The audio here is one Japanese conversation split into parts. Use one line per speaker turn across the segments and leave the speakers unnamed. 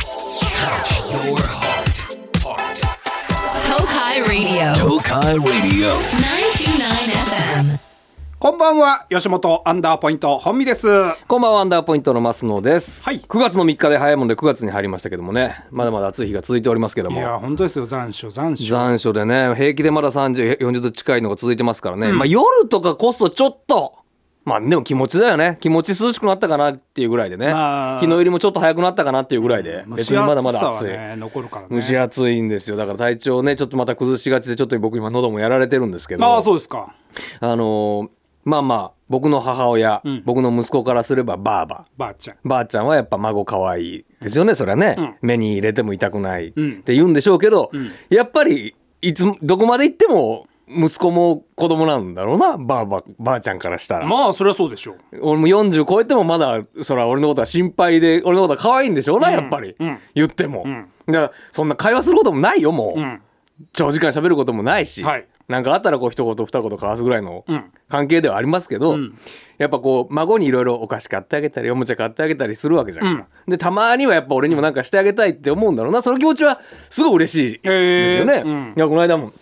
Touch your heart. Heart.
Tokai Radio
東海 Radio.
929 FM.
こんばんは吉本アンダーポイント本美です
こんばんは、アンダーポイントの増野です。
はい
9月の3日で早いもんで9月に入りましたけどもね、まだまだ暑い日が続いておりますけど
い
も。
や本当ですよ残暑残暑
残暑でね、平気でまだ30、40度近いのが続いてますからね。まあ夜とかこそちょっと、まあでも気持ちだよね。気持ち涼しくなったかなっていうぐらいでね。
まあ
日の入りもちょっと早くなったかなっていうぐらいで、別にまだまだ暑
蒸し暑
い。
さはね、残るからね
蒸し暑いんですよだから体調ねちょっとまた崩しがちでちょっと僕今喉もやられてるんですけど
ああそうですか
あのーまあまあ僕の母親、僕の息子からすればばあば
ばあちゃん
ばあちゃんはやっぱ孫可愛いですよねそれはね、
ん
目に入れても痛くないっ
ん
て言うんでしょうけど、やっぱりいつもどこまで行っても息子も子供なんだろうなばあばばあちゃんからしたら、
まあそれはそうでしょう
俺も40超えてもまだそら俺のことは心配で俺のことは可愛いんでしょうな、やっぱり、
うん
言っても、
ん
だからそんな会話することもないよもう、
うん
長時間喋ることもないし、
はい
なんかあったらこう一言二言交わすぐらいの
ん
関係ではありますけど、
ん
やっぱこう孫にいろいろお菓子買ってあげたりおもちゃ買ってあげたりするわけじゃんか、でたまにはやっぱ俺にもなんかしてあげたいって思うんだろうなその気持ちはすごい嬉しいですよね。
へーうん
いやこの間も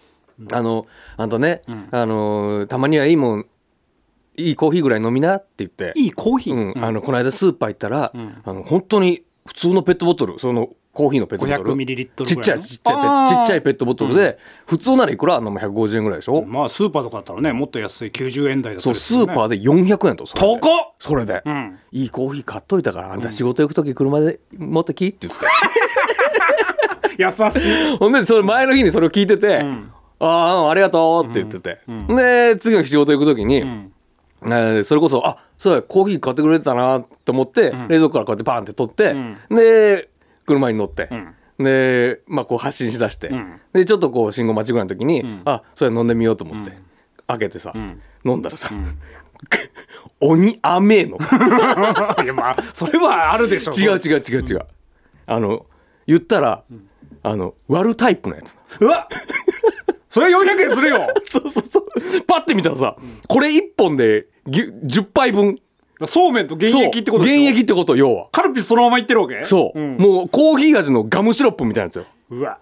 あのあんたね、あのーたまにはいいもんいいコーヒーぐらい飲みなって言って
いいコーヒー、
うん、あのこの間スーパー行ったら、あの本当に普通のペットボトルそのコーヒーのペットボトル
500ミリリットル
ち
ぐ
っ
らいの
ちゃいやつちっちゃいペ
あー
ちっちゃいペットボトルで、普通ならいくらあんなもん150円ぐらいでしょ、
まあスーパーとかだったらねもっと安い90円台だった
そ
り
うス
する
ー
ね
パーで400円とそれで
高っ
それで、
ん
いいコーヒー買っといたからあんた仕事行く時車で持ってきって言って、
優 しい
ほんでそれ前の日にそれを聞いてて「ああうんありがとう」って言ってて、で次の日仕事行く時に、えーそれこそ「あそうやコーヒー買ってくれてたな」と思って、冷蔵庫からこうやってパンって取って、で車に乗って。で、まあ、こう発信しだして、
ん
でちょっとこう信号待ちぐらいの時に、あそれ飲んでみようと思って、開けてさ、飲んだらさ、 鬼甘 えの
いやまあそれはあるでしょ
違う違う違う違う、あの言ったら、あの割るタイプのやつ
うわそれは400円するよ
そうそうそう。パッて見たらさ、これ1本でぎゅ10杯分。
そうめんと原
そう
液ってことで
原
しょ
液ってこと、要は。
カルピスそのままいってるわけ
そう、
ん
もうコーヒー味のガムシロップみたいなんですよ。
うわ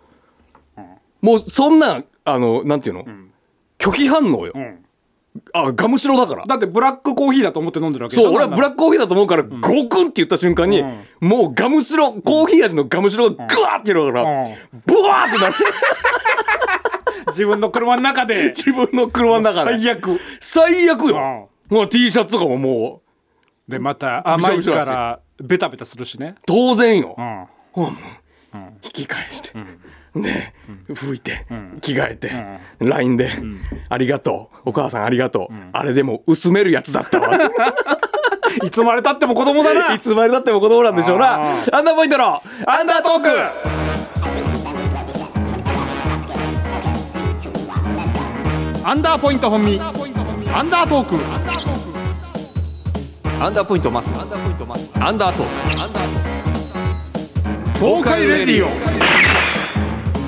もうそんな、あの、なんていうの、拒否反応よ。
ん
あ、ガムシロだから。
だってブラックコーヒーだと思って飲んでるわけでしょ
そう、俺はブラッ
ク
クコーヒーだと思うから、ゴクンって言った瞬間に、
ん
もうガムシロ、コーヒー味のガムシロがグワーって広がるから、ブワーってなる。
自分の車の中で
自分の車の中で。
最悪
最悪よ。もう T シャツとかももう、
でまた甘い
びしょ
か
びしょ
らベタベタするしね
当然よ。
うん
引き返して、で、拭いて、着替えて、LINE で、ありがとうお母さんありがとう、あれでも薄めるやつだった わ
いつまでたっても子供だな
いつまでだっても子供なんでしょうな
あ
アンダーポイントのアンダートーク
アンダーポイント本身アンダートーク
アンダーポイントマスアンダーポイントマスアンダートーク
東海レディオ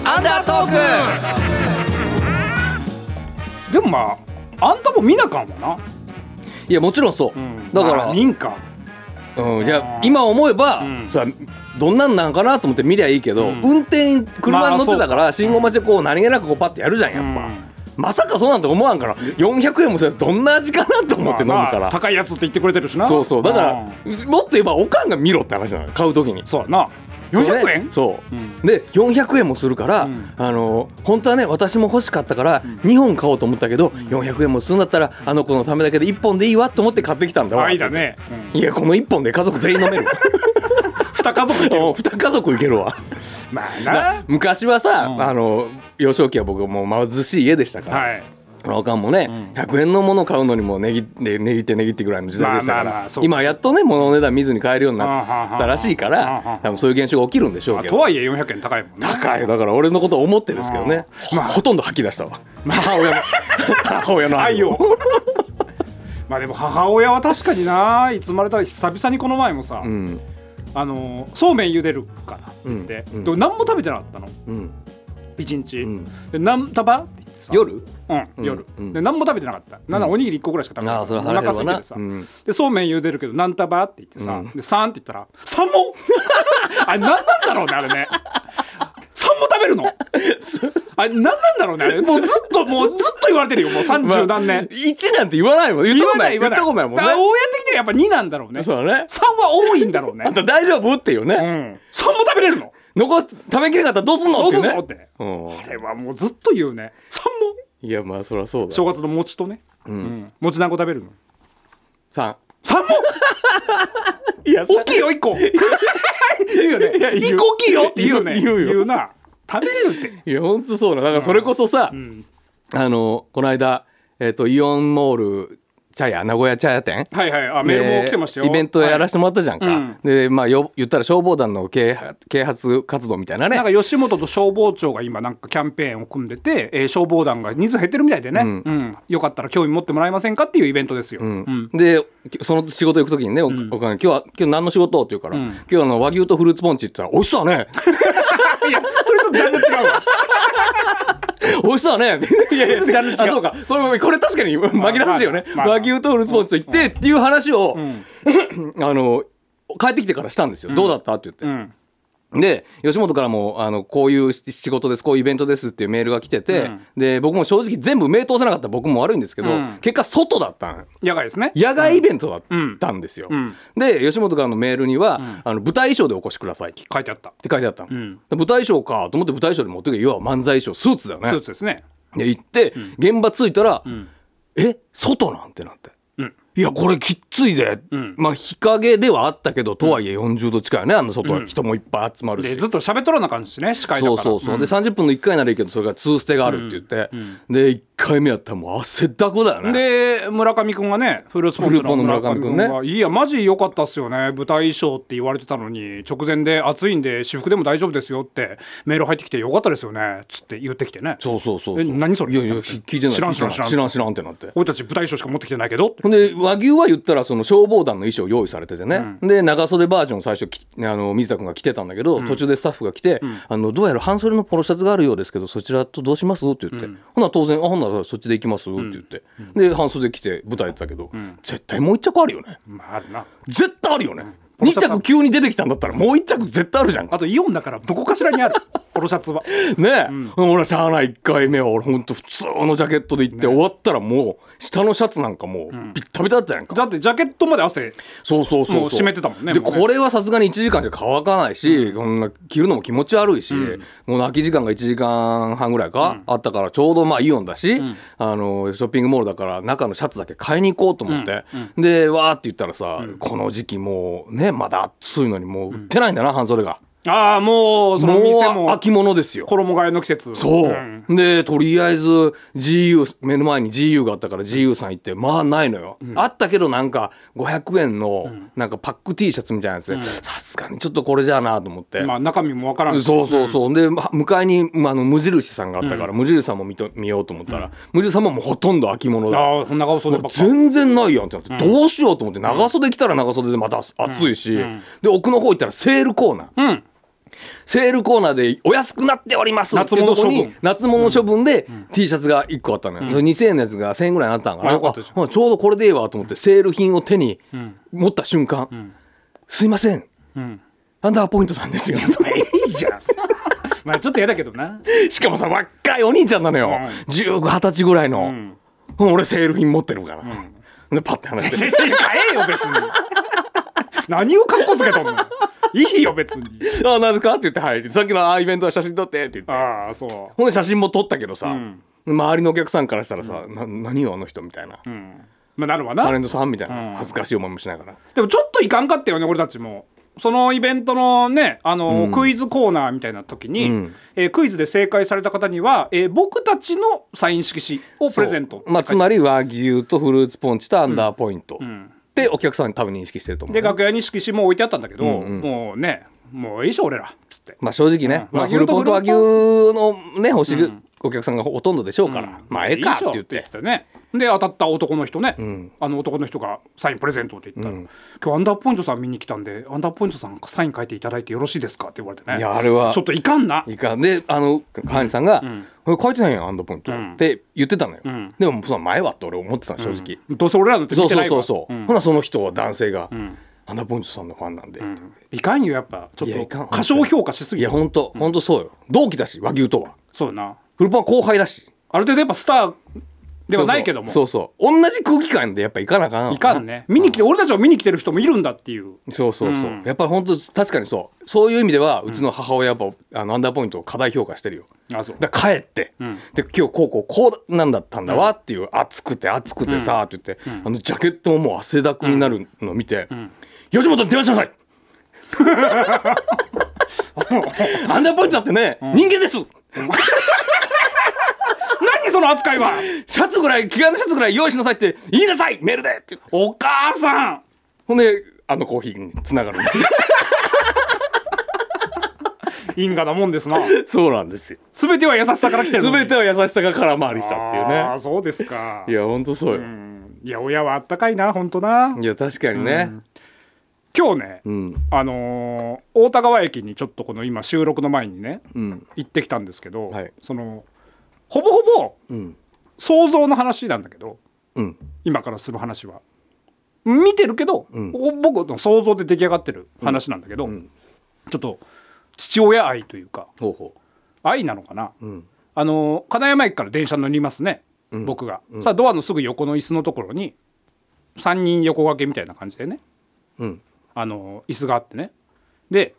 アンダートーク
でもまああんたも見なかんわ
いやもちろんそう、
な
だか
ま
ら、
あ見んか
うん、じゃあ今思えば、
ん
さどんなんなんかなと思って見りゃいいけど、
ん
運転車に乗ってたか
ま
ら信号待ちでこう何気なくこうパッてやるじゃんやっぱ、
うん
まさかそうなんて思わんから400円もせずどんな味かなと思って飲むから、
まあ高いやつって言ってくれてるしな
そうそうだか
ん
らもっと言えばおかんが見ろって話なのよ買う時に
そうやな400円
そ
う
う、
ん
で400円もするから、
ん
あの本当はね私も欲しかったから2本買おうと思ったけど、400円もするんだったらあの子のためだけで1本でいいわと思って買ってきたんだわ
愛だねうん
いやこの1本で家族全員飲める
二家族と
2家族いけるわ
まあな
昔はさ、
うん
あの幼少期は僕もう貧しい家でしたから、
はい
おかんもね、100円のものを買うのにもねぎねねぎってねぎってぐらいの時代でしたから、
まあまあまあそう
今やっとね物の値段見ずに買えるようになったらしいか
うんうんうんうん
ら多分そういう現象が起きるんでしょ
ま
う
あ
け
と
ど。
はいえ400円高い もんね
高いだから俺のこと思ってですけどね、
うんまあ
ほとんど吐き 出したわ、母親の母親の
愛
愛
を
を
まあでも母親は確かにないつまでたら久々にこの前もさ、
うん
あのそうめん茹でるからって言って、
うんうん
でも何も食べてなかったの
うん
一日、
ん
で何束って言ってさ
夜
うん、夜、で何も食べてなかったなんならおにぎり1個ぐらいしか食べ
ああそれ
て
は
ない、
腹
お腹空い
減るわ
て
な
てさ、
うん
でそうめん茹でるけど何束って言ってさ、で3って言ったら「3も? 」 あれ何なんだろうねあれね3も食べ るのあれ何なんだろうねあれもうずっともうずっと言われてるよもう三十何年、
1なんて言わないもん言った
言
こ
わ
とな
ないい言わない
言ったことないもん
だから
ね
親的にはやっぱ2なんだろうね
そうだね
3は多いんだろうね
あんた大丈夫っていう
うん、
ね、
3も食べれるの
残す食べきれなかったらどうすんの
ど
っ
う
て
す
い
ん
うね
のって
うん
あれはもうずっと言うね3も
いやまあそりゃそうだ
正月の餅とね、うん餅何個食べるの
3
3も
いや
大きいよ1個言うよね
言う
1個大きいよって言うよね
言う言うよ
な食べれるって
いやほんとそうなだからそれこそさ、あのこの間、えっとイオンモール茶屋名古屋茶屋店
はいはいあメールも来てましたよ
でイベントやらせてもらったじゃんか、
はいうん
でまあよ言ったら消防団の啓発啓発活動みたいなね
なんか吉本と消防庁が今なんかキャンペーンを組んでて、えー消防団が人数減ってるみたいでね、うんよかったら興味持ってもらえませんかっていうイベントですよ、うん
でその仕事行く時にねお,、おかんが今日は今日何の仕事?」って言うから、今日あの和牛とフルーツポンチ」って言ったら「美味しそう だね
いやそれとジャンル違うわ
美味しそうだね」いやい
ジャンル違う
あそうかこれこれ確かに紛らわしいよね、
まあまあ
和牛とフルーツポンチと言って、っていう話を、あの帰ってきてからしたんですよ「どうだった?」って言って。
うん
で吉本からもあのこういう仕事ですこういうイベントですっていうメールが来てて、で僕も正直全部名通せなかった僕も悪いんですけど、
うん
結果外だったん
野外ですね
野外イベントだったんですよ、
ん
で吉本からのメールには、あの舞台衣装でお越しくださいって
書いてあった
書いてあったの、
ん
で舞台衣装かと思って舞台衣装で持ってくる要は漫才衣装スーツだよね
スーツですね
で行って、現場着いたら、え外なんてなっ
う
て、
ん
いやこれきっついで、
ん
まあ日陰ではあったけどとはいえ40度近いよねあの外は人もいっぱい集まるし、
でずっと喋っとらな感じね司会だか
そ
ら
うそうそう、で30分の1回ならいいけどそれが2ステがあるって言って、で1回目やったらもう汗だくだよね
で村上君がねフルーツポンチの村上君
フルーツポンの村上
が「いやマジ良かったっすよね舞台衣装って言われてたのに直前で暑いんで私服でも大丈夫ですよ」ってメール入ってきて「よかったですよね」つって言ってきてね
そうそうそうそう
え何それ
いやいや聞いてない
知らん
聞いてない
知らん
知らん知らんってなって
俺たち舞台衣装しか持ってきてないけどって
ほんで和牛は言ったらその消防団の衣装用意されててね、で長袖バージョン最初きあの水田君が着てたんだけど、途中でスタッフが来て、あのどうやら半袖のポロシャツがあるようですけどそちらとどうしますって言って、ほな当然あほんならそっちで行きますって言って、で半袖着て舞台やってたけど、絶対もう一着あるよね
まああるな
絶対あるよね、二2着急に出てきたんだったらもう1着絶対あるじゃん
あとイオンだからどこかしらにある ポロシャツは
ねえ、俺はしゃあない1回目は俺ほんと普通のジャケットで行って、終わったらもう下のシャツなんかもうビッタビタだったやんか、
だってジャケットまで汗
そうそうそうそう
もう湿ってたもんね
で
もうね
これはさすがに1時間じゃ乾かないし、こんな着るのも気持ち悪いし、もう空き時間が1時間半ぐらいか、あったからちょうどまあイオンだし、あのショッピングモールだから中のシャツだけ買いに行こうと思って、でわーって言ったらさ、この時期もうねまだ暑いのにもう売ってないんだな、半袖が。
ああもうその店
もう
も
秋物ですよ。
衣替えの季節
そう、
ん
でとりあえず GU 目の前に GU があったから GU さん行ってまあないのよ、あったけどなんか500円のなんかパック T シャツみたいなやつでさすがにちょっとこれじゃあなと思って、
まあ中身もわからんし
そうそうそう、でま向かいに、まあ、あの無印さんがあったから、無印さんも見と見ようと思ったら、無印さんももうほとんど秋物だ
ああこんな顔そうでばっか
全然ないやんってなって、どうしようと思って長袖着たら長袖でまた暑いし、で奥の方行ったらセールコーナー、
うん
セールコーナーでお安くなっておりますっていうところに夏物処分で T シャツが1個あったのよ、2000円のやつが1000円ぐらいになったんかな、
あよかったじゃん
あまあちょうどこれでいいわと思ってセール品を手に持った瞬間、すいません、アンダーポイントさんですよいいじゃん
まあちょっと嫌だけどな
しかもさ若いお兄ちゃんなのよ、1920歳ぐらいの、俺セール品持ってるから、でパッて話して
先生買えよ別に何をかっこつけとんのいいよ別に
あ、なんですかって言って、はい。さっきのあイベントは写真撮ってって言って。
ああそ
ほんで写真も撮ったけどさ、周りのお客さんからしたらさ、な何よあの人みたいな、
う、うん、まあなるわ
タレ
な
ントさんみたいな、
うん
恥ずかしい思いもしながら。
でもちょっといかんかったよね俺たちもそのイベントのねあの、クイズコーナーみたいな時に、
うん
えークイズで正解された方には、えー僕たちのサイン色紙をプレゼント
そうまあ、つまり和牛とフルーツポンチとアンダーポイント。ってお客さんに多分認識してると思う、
で楽屋に色紙も置いてあったんだけど、もうねもういいしょ俺らっつって
まあ正直ね、
うん和
まあ、フ
牛
ル
と
ポンと和牛のね欲しいお客さんがほとんどでしょう
だ
から、まあええかって言って
言ってたねで当たった男の人ね、あの男の人がサインプレゼントって言ったら、今日アンダーポイントさん見に来たんでアンダーポイントさんサイン書いていただいてよろしいですかって言われてね
いやあれは
ちょっといかんない
かんであの川西さんが「これ書いてないやんアンドポイント」って言ってたのよ、でもその前はって俺思ってたの正直、
どうせ俺らのって
そ
見
う
て
そ
な
う
いか
そ
ら
うそう、ほなその人は男性が、アンダーポイントさんのファンなんで、
いかんよやっぱちょ
いや
っ
いかん
と過小評価しす
い
ぎ
や
る
ほんとほんとそうよ同期だし和牛とは
そうだな
フルパン後輩だし
ある程度やっぱスターではないけども
そうそうそうそう同じ空気感でやっぱ行かなあかん
いかんね見に来て俺たちを見に来てる人もいるんだっていう
そうそうそう、
うん
やっぱり本当確かにそうそういう意味ではうちの母親はやっぱ、あのアンダーポイントを過大評価してるよ
あそう
だから帰って、で今日こうこうこうなんだったんだわっていう、暑くて暑くてさって言って、あのジャケットももう汗だくになるのを見て、吉本に電話し なさいアンダーポイントだってね、人間です
何その扱いは
シャツぐらい着替えのシャツぐらい用意しなさいって言いなさいメールでって
お母さん
ほんであのコーヒーにつながるんですよ
因果なもんですな
そうなんですよ
全ては優しさから来てるのに
全ては優しさが空回りしたっていうね
ああそうですか
いやほんとそうよ、
いや親はあったかいな本当ない
や確かにね、
今日ね、
ん
あのー大田川駅にちょっとこの今収録の前にね、行ってきたんですけど、
はい
そのほぼほぼ、想像の話なんだけど
うん
今からする話は見てるけど、僕の想像で出来上がってる話なんだけど、ちょっと父親愛というか
ほうほ
愛なのかな、あの金山駅から電車乗りますね、僕が、さあドアのすぐ横の椅子のところに3人横掛けみたいな感じでね、
うん
あの椅子があってねで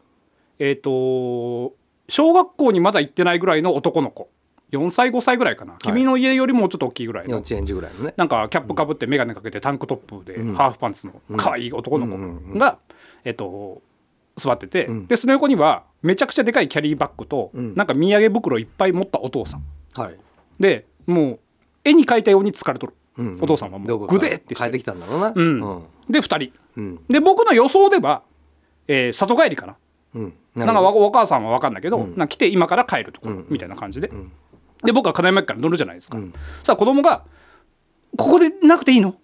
えっ、と小学校にまだ行ってないぐらいの男の子4歳5歳ぐらいかな、君の家よりもうちょっと大きいぐらいの
稚園児ぐらいのね
なんかキャップかぶって眼鏡かけてタンクトップでハーフパンツの可愛い男の子が、えっと、座ってて、でその横にはめちゃくちゃでかいキャリーバッグと、なんか土産袋いっぱい持ったお父さん
はい
でもう絵に描いたように疲れとる、お父さんはも
ど
う
こ
グデーってして
変えてきたんだろうな
う
うんうん
で2人、
ん
で僕の予想では、えー里帰りかな
な
なん
るほ
か
ど
わお母さんは分かんないけど、なんか来て今から帰るところみたいな感じで、で僕は金山駅から乗るじゃないですか、さあ子供が「ここでなくていいの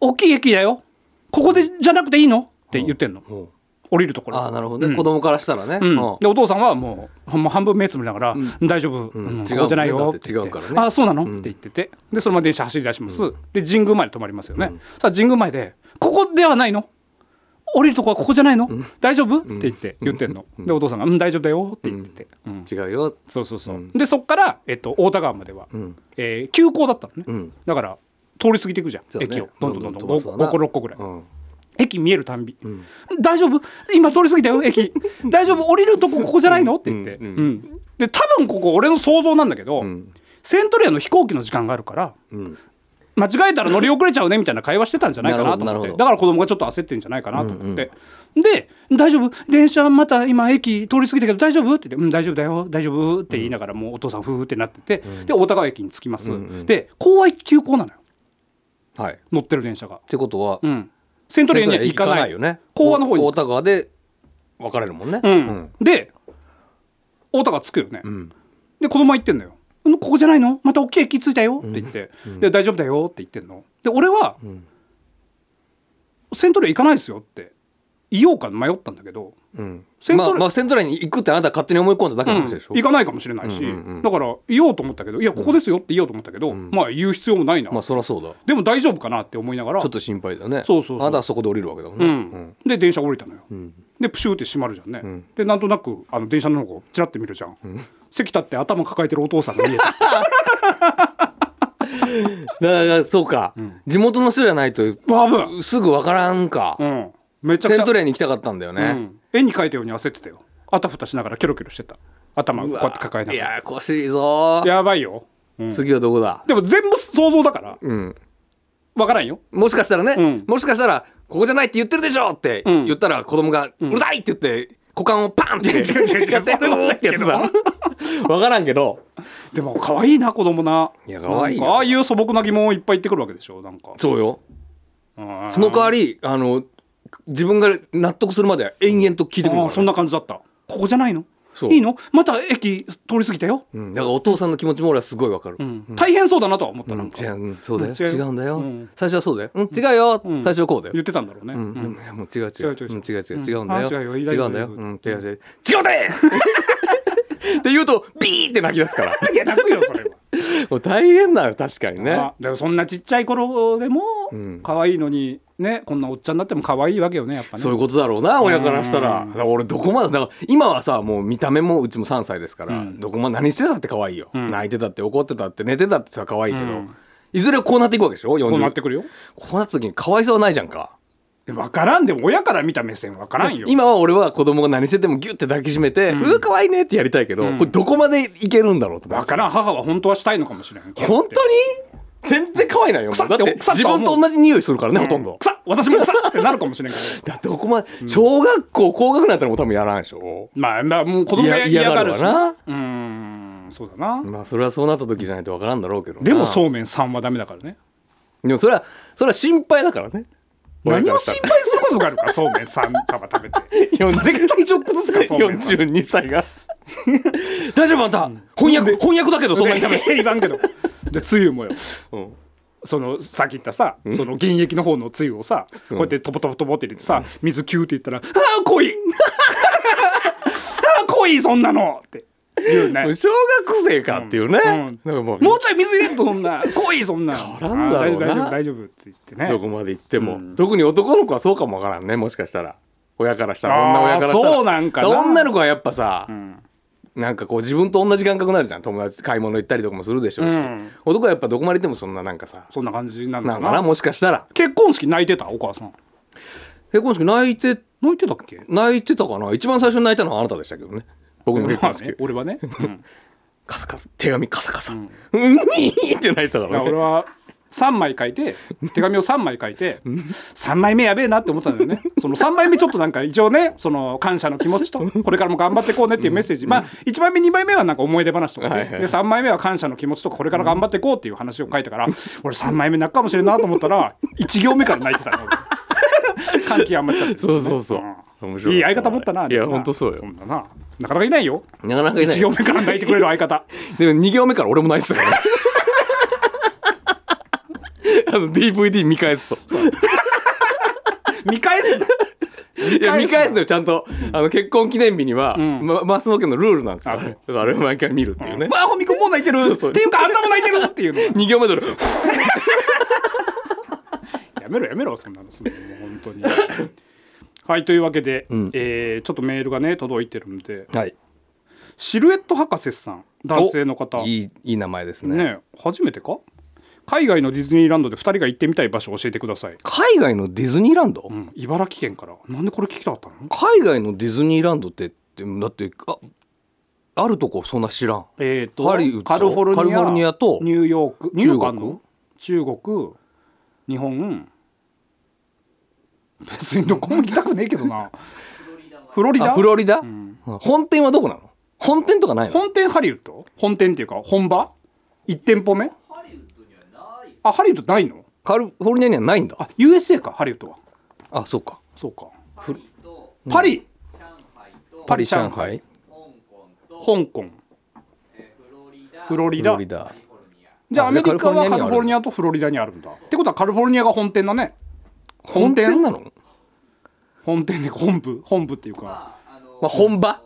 大きい駅だよここでじゃなくていいの?」って言ってんの、
ほう
降りるところ
ああなるほどね、子供からしたらね、
うん
うん
でお父さんはもうほんま半分目つぶりながら「大丈夫、うん
違
こ
う
こじゃない
だ
よ
っ」て
って言って
違うからね
ああそうなの?」って言っててでそのまま電車走り出します、で神宮前で止まりますよね、さあ神宮前で「ここではないの降りるとこはここじゃないの、大丈夫?」って言って言ってんの、でお父さんが「うん大丈夫だよ」って言ってて、うん
違うよ
そうそうそう、でそっから、えっと、太田川までは、えー急行だったのね、
ん
だから通り過ぎていくじゃん、
そうね
駅をどんどんどんどん
どんどん飛ばす
5,
わな
個6個ぐらい、
うん
駅見えるたんび、大丈夫今通り過ぎたよ 駅大丈夫降りるとこここじゃないのって言って、うんで多分ここ俺の想像なんだけど、セントレアの飛行機の時間があるから、間違えたら乗り遅れちゃうねみたいな会話してたんじゃないかなと思っ
なるほどなる
て
ほど
だから子供がちょっと焦ってんじゃないかなと思って、で「大丈夫電車また今駅通り過ぎたけど大丈夫?」って言って「うん大丈夫だよ大丈夫」って言いながらもうお父さんふーってなってて、で大田川駅に着きます、で高愛急行なのよ
はいっ
乗ってる電車が。
てことは、
うん、セントレアには行かない
よね
講和の方に
大田川で別れるもんね、
う
うんん、
で太田がつくよね、で子供は行ってんのよ「んここじゃないのまた大きい駅着いたよ」って言って、で「大丈夫だよ」って言ってんので俺は、セントレア行かないですよ」って言おうか迷ったんだけど、セン
ま
ト
あ、
レア、
まあセントレアに行くってあなたが勝手に思い込んだだけの話でしょ、
行かないかもしれないし、だから言おうと思ったけど「いやここですよ」って言おうと思ったけど、まあ言う必要もないな、
まあそりゃそうだち
でも大丈夫かなって思いながら
ょっと心配だね
そうそうそう
あなたはそこで降りるわけだもん
う
ね、
ん、で電車降りたのよ、でプシューって閉まるじゃんね、でなんとなくあの電車の方をチラッて見るじゃん、席立って頭抱えてるお父さんが見え た
だからそうか、地元の人じゃないと
バブ、
すぐ分からんか、
うん、めちゃく
セ
ちゃ
ントレアに行きたかったんだよね、
うん絵に描いたように焦ってたよあたふたしながらキョロキョロしてた頭をこうやって抱えなが
い
ら
やーこしいぞー
やばいよ
次はどこだ
でも全部想像だから、わからんよ
もしかしたらね、
うん
もしかしたらここじゃないって言ってるでしょって
ん
言ったら子供が「うるさい!」って言って股間をパンってやって
違う違う違う
やって
そうなんだけど
うーってやつだわからんけど
でも可愛いな子供ない
や可愛いよ
なんかああいう素朴な疑問をいっぱい言ってくるわけでしょなんか
そうよ
うん
その代わりあの自分が納得するまで延々と聞いてくる
ああ
から
そんな感じだったここじゃないの
そう
いいのまた駅通り過ぎたよ、
うん、だからお父さんの気持ちも俺はすごいわかる、うん
大変そうだなとは思ったなんか
違ううんそうだよ
違う
違うんだよ、
うん
最初はそうだよ、うん、違うよ、
ん
最初はこうだよ
言ってたんだろうね、
うん、いやもう違う違う
違う違う
うん違う違う
うん
違うんだよ
あ違うよ
違うんだよ
いいよ
うん違う違う違うだよ って言うとビーって泣き出すから
いや泣くよそれ は
もう大変だよ確かにね
あでもそんなちっちゃい頃でも
ん
可愛いのにねこんなおっちゃんになっても可愛いわけよねやっぱね
そういうことだろうな親からしたら
う
だから俺どこまでだから今はさもう見た目もうちも3歳ですから、
うん
どこまで何してたって可愛いよ、
ん
泣いてたって怒ってたって寝てたってさ可愛いけど、
うん
いずれこうなっていくわけでしょ40
こうなってくるよ
こうなった時に可愛さはないじゃんか
分からんでも親から見た目線分からんよ
今は俺は子供が何しててもギュッて抱きしめて、うわ可愛いねってやりたいけど、
ん
これどこまでいけるんだろうと思っ
分
て
からん母は本当はしたいのかもしれん
本当に全然可愛いないよ。
腐って
だって
腐って
自
思う
分と同じ匂いするからね、ほとんど。
さ私もさってなるかもし れんけど
だってこまで、小学校、高学年だったらもう多分やらないでしょ。
まあまあもう子供
い
が
や
嫌がるし
嫌がるわ
う
な
んそうだな
まあそれはそうなった時じゃないとわからんだろうけどな。
でもそうめん3はダメだからね
でもそれは、それは心配だからね。
何を心配することがあるかそうめん3束食べ て
配
誰が体調崩すかそうめんさん
42歳が。大丈夫あんた翻訳、翻訳だけどそんなに食べ
いやいかんけどでつゆもよ
うん
そのさっき言ったさその原液の方のつゆをさこうやってトボトボトボって入れてさ水キューって言ったら「ああ濃い! 」「ああ濃いそんなの!」って言うね
小学生かっていうね。
うん
なんかもう、
もうちょい水入れんとそんな濃いそんな
変わらんだろうな
ああ大丈夫大丈夫大丈夫って言ってね
どこまで行っても、特に男の子はそうかもわからんねもしかしたら親からしたら
あー
女親からしたら
そうなんかな
女の子はやっぱさ、なんかこう自分と同じ感覚になるじゃん友達買い物行ったりとかもするでしょうし、
うん
男はやっぱどこまで行ってもそんななんかさ
そんな感じなの
な
か
ん
な
かなもしかしたら
結婚式泣いてたお母さん
結婚式泣いて
泣いてたっけ
泣いてたかな一番最初に泣いたのはあなたでしたけどね僕の結婚式、
まあね俺はねうん
カサカサ手紙カサカサうんって泣いてた
だ
か
から
ら
俺
ね
は3枚書いて手紙を3枚書いて3枚目やべえなって思ったんだよねその3枚目ちょっとなんか一応ねその感謝の気持ちとこれからも頑張ってこうねっていうメッセージまあ1枚目2枚目はなんか思い出話とか
はい
で
はい
で3枚目は感謝の気持ちとかこれから頑張ってこうっていう話を書いたから俺3枚目泣くかもしれんなと思ったら1行目から泣いて たの俺感極まっちゃって
そうそうそう、面白
いい相方持ったない
や
でもな
本当そうよ
んなななかなかいないよ
なかなかいな
1
い
行目から泣いてくれる相方
でも2行目から俺も泣いてたから あの DVD 見返すと
見返すない
や見返すのよちゃんとあの結婚記念日には、
ん
ま、マスノ家のルールなんですよ
あ
あ
そ
れ
う
だからあれを毎回見るっていうね、
まあ、ほみくんもう泣いてる
そうそう
っていうか、あんたも泣いてるっていうの。
2行目で俺
やめろ、やめろ、そんなのすんの、もう本当に。はい、というわけで、えーちょっとメールがね、届いてるんで、
はい
シルエット博士さん、男性の方。
おいいいい名前ですね
ねえ、初めてか海外のディズニーランドで2人が行ってみたい場所を教えてください。
海外のディズニーランド、
うん、茨城県から。なんでこれ聞きたかったの
海外のディズニーランドってってだってああるとこそんな知らん
えー、と
ハリウッド
カリフォルニア
カリフォルニアと
ニューヨークニューヨークあんの中国日本別にどこも行きたくねえけどなフロリダ
あフロリダ、
ん
本店はどこなの本店とかないの
本店ハリウッド本店っていうか本場1店舗目あハリウッドないの
カリフォルニアにはないんだあ
あ USA かハリウッドは
そうか
そうかパリパリ上海香港フロリ
フ
ダ
ロリダ
じゃあア
あじ
メ
ゃあカ
リ
リフ
カ
ォルニア
はカリフォルニア
にある
とフロリダにあるんだってことはカリフォルニアが本店だね
本
本
店
店
なの、
本店で本部本部っていうか
まあ、本場
ん
ウ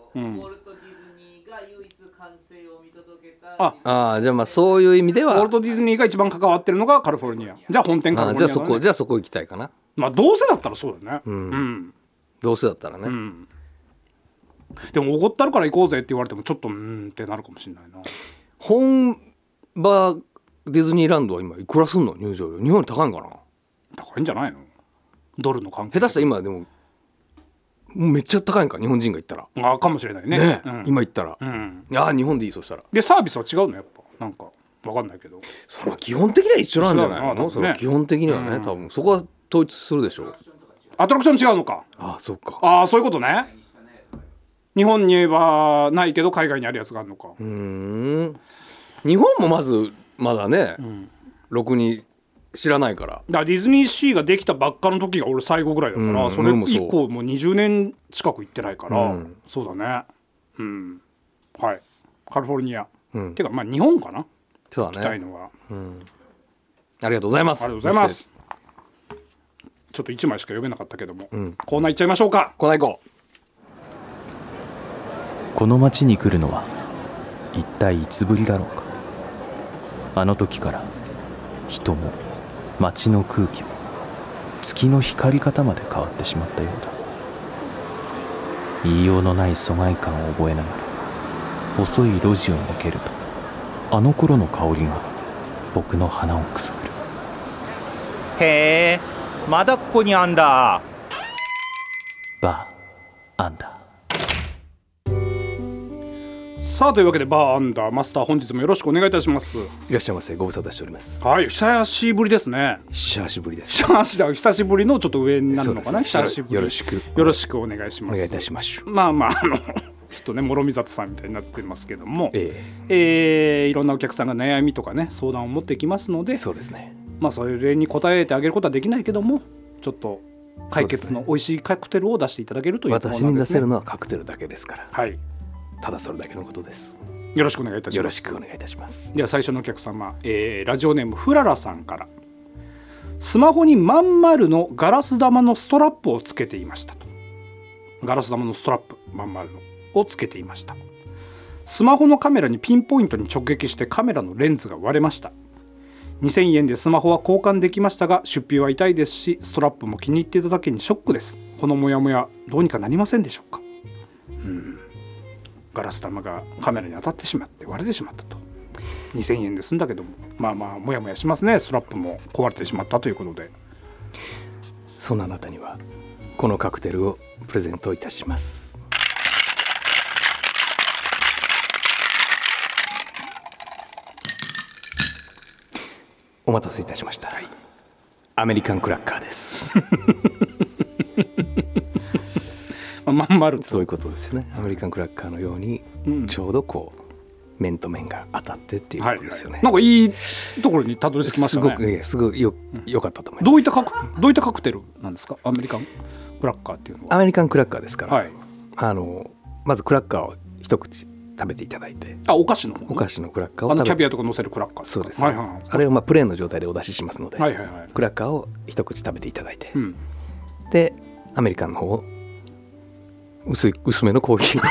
ォルト・ディズニーが唯一完成を見届けた
あ
ああじゃあまあそういう意味で
ウォ
は
ルト・ディズニーが一番関わってるのがカリフォルニアじゃあ本店カリ
ああ
フォルニア、ね、
じゃあそこじゃあそこ行きたいかな
まあどうせだったらそうだよねうん、
どうせだったらね、
でも怒ったるから行こうぜって言われてもちょっとうーんってなるかもしれないな
本場ディズニーランドは今いくらすんの入場料日本より高いんかな
高いんじゃないのドルの関係
下手したら今でもめっちゃ高いんか日本人が行ったら
あかもしれないね
ね、
うん
今行ったら、
う
あ
ん
あ日本でいいそしたら
でサービスは違うのやっぱなんかわかんないけど
それは基本的には一緒なんじゃない
一緒だな
の
多分ね
それは基本的にはね、多分そこは統一するでしょう
アトラクション違うのか
ああそっか
ああそういうことね日本にはないけど海外にあるやつがあるのか、
うーん日本もまずまだね、ろくに知らないから
だからディズニーシーができたばっかの時が俺最後ぐらいだから、
うん
それ
俺もそう
以降もう20年近く行ってないから、
うん
そうだねうんはいカリフォルニア、
ん
ていうかまあ日本かな
そう
行き
だ
たい
ね。
のは、
ありがとうございます。
ありがとうございま
メッセージ
す。ちょっと1枚しか読めなかったけども、コーナーいっちゃいましょうか
こないこ
この町に来るのは一体いつぶりだろうかあの時から人も町の空気も月の光り方まで変わってしまったようだ言いようのない疎外感を覚えながら細い路地を抜けるとあの頃の香りが僕の鼻をくすぐる
へえまだここにあんだ
バーアンダー
さあというわけでバーアンダーマスター本日もよろしくお願いいたします
う。いらっしゃいませ。ご無沙汰しております。
はい久しぶりですね
久しぶりです。
久し久しぶりのちょっと上になるのかな、
そう
久
です
し
ね
ぶり
よろしく
よろしくお願いしま
お
す
願いいたしましょう。
まあまああのちょっとね諸見里さんみたいになってますけどもえ
え
ーいろんなお客さんが悩みとかね相談を持ってきますので
え、そうですね。
まあそれに応えてあげることはできないけどもちょっと解決の美味しいカクテルを出していただけるというコーナーです
私
ね
に出せるのはカクテルだけですから、
はい
ただそれだけのことです。
よろしくお願いいたし
よろ
ま
し
す
くお願いいたします。
では最初のお客様、えーラジオネームフララさんからスマホにまん丸のガラス玉のストラップをつけていましたとガラス玉のストラップまん丸のをつけていましたスマホのカメラにピンポイントに直撃してカメラのレンズが割れました2000円でスマホは交換できましたが出費は痛いですしストラップも気に入っていただけにショックですこのモヤモヤどうにかなりませんでしょうかうんガラス玉がカメラに当たってしまって割れてしまったと2000円で済んだけどもまあまあもやもやしますねストラップも壊れてしまったということで
そんなあなたにはこのカクテルをプレゼントいたします。お待たせいたしました。アメリカンクラッカーです。
まあまん丸
そういうことですよね。アメリカンクラッカーのように、ちょうどこう面と面が当たってっていうこ
はい
とですよね。
なんかいいところにたどり着きまし
す
た
ご
ね
くええすごくよ良かったと思います。
どういったカクどういったカクテルなんですかアメリカンブラッカーっていうのは
アメリカンクラッカーですから、
はい
あのまずクラッカーを一口食べていただいて、
あお菓子の方
お菓子のクラッカーを
あ
食べ
の
て
キャビアとか乗せるクラッカー
そうです、
はいは
そ
いうは
ですあれをまあプレーンの状態でお出ししますので、
いはいはいはい
クラッカーを一口食べていただいて、
うん
でアメリカンの方を薄い薄めのコーヒー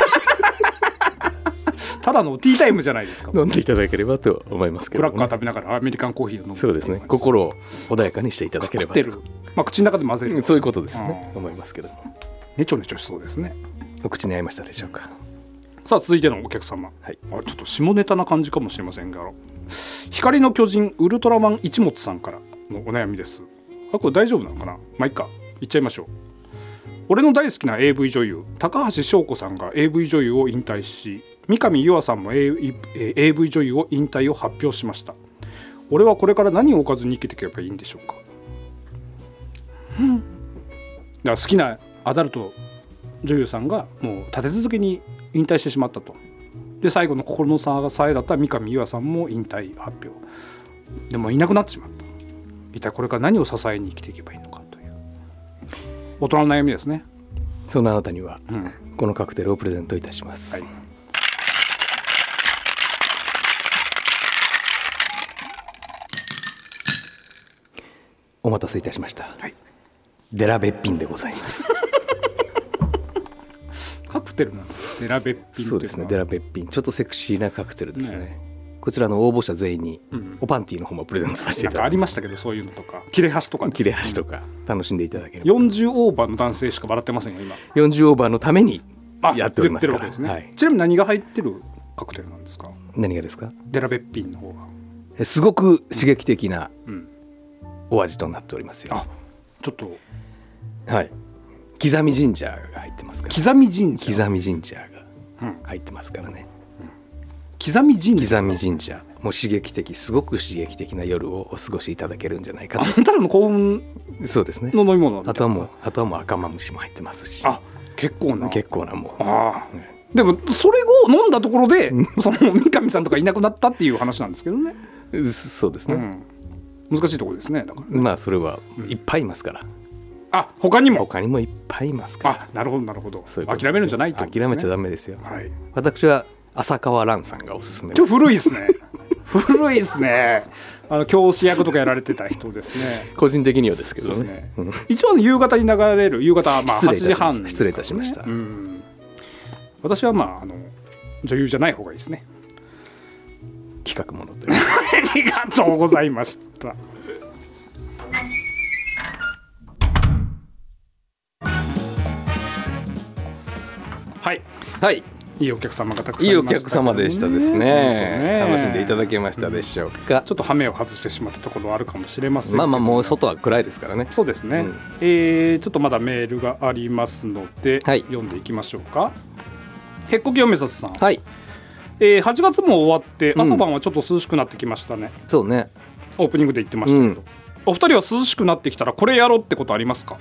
ただのティータイムじゃない ですか
を飲んでいただければと思いますけ
ク
れど
ラッカ
もね、
ー食べながらアメリカンコーヒーを飲む
そうですね
こ
心を穏やかにしていただけれ
カ
ば
クテルまあ口の中で混ぜ
うん
る
そういうことですね、
う
思いますけども
ねちょねちょしそうですね
お口に合いましたでしょうか
さあ続いてのお客様、
はい
あちょっと下ネタな感じかもしれませんが光の巨人ウルトラマン一物さんからのお悩みですあこれ大丈夫なのかなまあいっか言っちゃいましょう俺の大好きな AV 女優高橋翔子さんが AV 女優を引退し三上優愛さんも AV えー AV 女優を引退を発表しました俺はこれから何をおかずに生きていけばいいんでしょうか だから好きなアダルト女優さんがもう立て続けに引退してしまったとで最後の心の支えだった三上優愛さんも引退発表でもいなくなってしまった一体これから何を支えに生きていけばいいのかという大人の悩みですね
そんなあなたには、
ん
このカクテルをプレゼントいたします、
はい
お待たせいたしました、デラべっぴんでございます
カクテルなんですよデラべっぴん
そうですね
って
デ
い
ラべっぴんちょっとセクシーなカクテルですね
ね
こちらの応募者全員に、おパンティーの方もプレゼントさせて
うのは
い
なんか
ただ
あ
き
りましたけどそういうのとか切れ端とか、ね、
切れ端とか楽しんでいただければ
40オーバーの男性しか笑ってませんよ今
40オーバーのためにやっておりますか
言
ら、
ってるわ
は
けですね、
い、
ちなみに何が入ってるカクテルなんですか
何がですか
デラべっぴんの方が
えすごく刺激的な
うん
お味となっておりますよ
あ、ちょっと
はい、刻みジンジャーが入ってますから
刻みジンジャー
刻みジンジャー
うん
が入ってますからね、
刻みジンジャー
刻みジンジャーもう刺激的すごく刺激的な夜をお過ごしいただけるんじゃないか
あんたらの幸運
とそうですね
の飲み物
あとはもうあとはもう赤マムシも入ってますし
あ結構な
結構なもう
ああでもそれを飲んだところでその三上さんとかいなくなったっていう話なんですけどね、
うそうです
う
ね、
ん、難しいところですねだから
まあそれはいっぱいいますから
あ他にも
他にもいっぱいいますから
あなるほどなるほど
そういうことです
諦めるんじゃないってことです、
諦
ね、
めちゃダメですよ
はい
私は浅川蘭さんがおすすめ
ちょっと古いですね 古いですねあの教師役とかやられてた人ですね
個人的にはですけ
そう
ど
です
ね
ね一応夕方に流れる夕方、まあ、
失
8
礼いたし
時
ま
半
し
で
た
すからね
失礼いたしました、
私はまああの女優じゃない方がいいですね
企画ものという
ありがとうございました はい
はい
いいお客様がたくさん
い
い
いお
ましたけどね
客様でしたですね
ね
楽しんでいただけましたでしょうか
ちょっと羽目を外してしまったところはあるかもしれませんけど
まあまあもう外は暗いですからね
そうですね、
うん
えーちょっとまだメールがありますので、
はい
読んでいきましょうかへっこきおめさつさん、
はい
えー8月も終わって
ん
朝晩はちょっと涼しくなってきましたね、
そうね
オープニングで言ってましたけど、
うん
お二人は涼しくなってきたらこれやろうってことありますか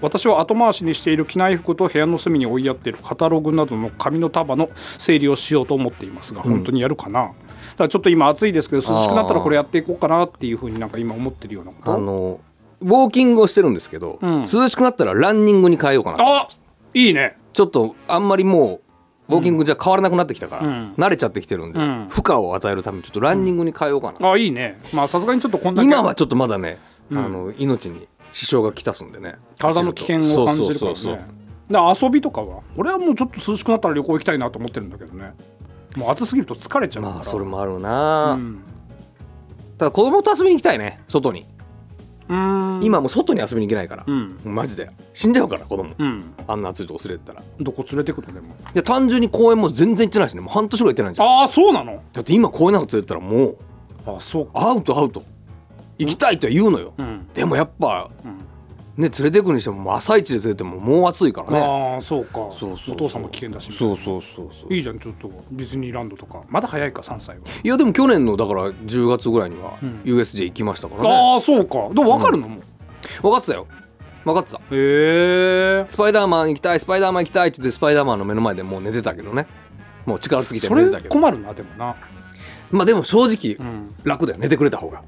私は後回しにしている着ない服と部屋の隅に追いやっているカタログなどの紙の束の整理をしようと思っていますが本当にやるかな、だからちょっと今暑いですけど涼しくなったらこれやっていこうかなっていうふうになんか今思ってるようなこと
あのウォーキングをしてるんですけど、
うん
涼しくなったらランニングに変えようかなと
あいいね
ちょっとあんまりもうウォーキングじゃ変わらなくなってきたから、
うん
慣れちゃってきてるんで、
うん
負荷を与えるためにちょっとランニングに変えようかな、
あいいねまあさすがにちょっとこんだけ
今はちょっとまだね、
ん
あの命に支障がきたすんでね
体の危険を感じるから
そうそうそう
ね
そう
で遊びとかは俺はもうちょっと涼しくなったら旅行行きたいなと思ってるんだけどねもう暑すぎると疲れちゃうから、
まあそれもあるな、
うん
ただ子供と遊びに行きたいね外に
うーん
今もう外に遊びに行けないから、
うん
マジで死んじゃうから子供、
うん
あんな暑いとこ連れてったら
どこ連れてくのでも
で単純に公園も全然行ってないしねもう半年ぐらい行ってないんじゃん
ああそうなの
だって今公園なんか連れてったらもう
あそうか
アウトアウト行きたいとは言うのよ、
うん
でもやっぱ、ね連れてくにしてももう朝一で連れてってももう暑いからね
ああそうか
そうそう
お父さんも危険だし
そうそうそうそう
いいじゃんちょっとディズニーランドとかまだ早いか3歳は、
いやでも去年のだから10月ぐらいには
ん
USJ 行きましたからね、
ああそうかでも分かるのもう
分かってたよ分かってた
へえ
スパイダーマン行きたいスパイダーマン行きたいって言ってスパイダーマンの目の前でもう寝てたけどねもう力尽きて
そ
寝
れ
てたけど
困るなでもな
まあでも正直、
ん
楽だよ寝てくれた方が、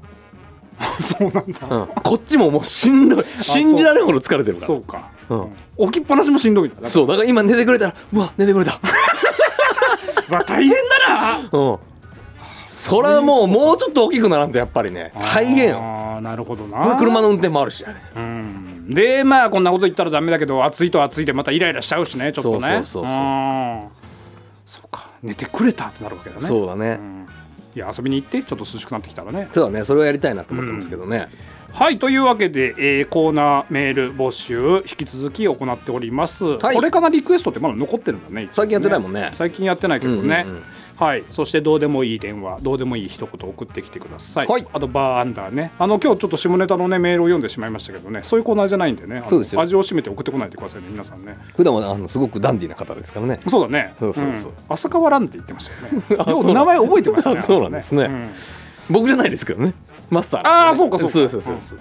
そうなんだ
うん、こっちももうしんどい信じられんほど疲れてるから
そうか、
うん
置きっぱなしもしんどいんだだから
そうだから今寝てくれたらうわ寝てくれ た
うわ大変 だな
うん。それはもうもうちょっと大きくならんとやっぱりね大変よ
あーなるほど
ま
な
あ車の運転もあるしね
うんでまあこんなこと言ったらダメだけど暑いと暑いでまたイライラしちゃうしねちょっとね
そうそうそうそうん
そうか寝てくれたってなるわけだね
そうだね
んいや遊びに行ってちょっと涼しくなってきたらね
そうだねそれをやりたいなと思ってますけどね
はいというわけで、えーコーナーメール募集引き続き行っております、
はい
これかなリクエストってまだ残ってるんだね一応ね
最近やってないもんね
最近やってないけどね、
うんうんうん
はいそしてどうでもいい電話どうでもいい一言送ってきてください、
はい
あとバーアンダーねあの今日ちょっと下ネタのねメールを読んでしまいましたけどねそういうコーナーじゃないんでねあの
そうですよ
味を占めて送ってこないでくださいね皆さんね
普段はあのすごくダンディーな方ですからね
そうだね
そうそうそうん
浅川蘭って言ってま したよねよ
そう
う名前覚えてましたね
そうなんですね
あなた
僕じゃないですけどねマスター
ああそうかそうか
そうですそうです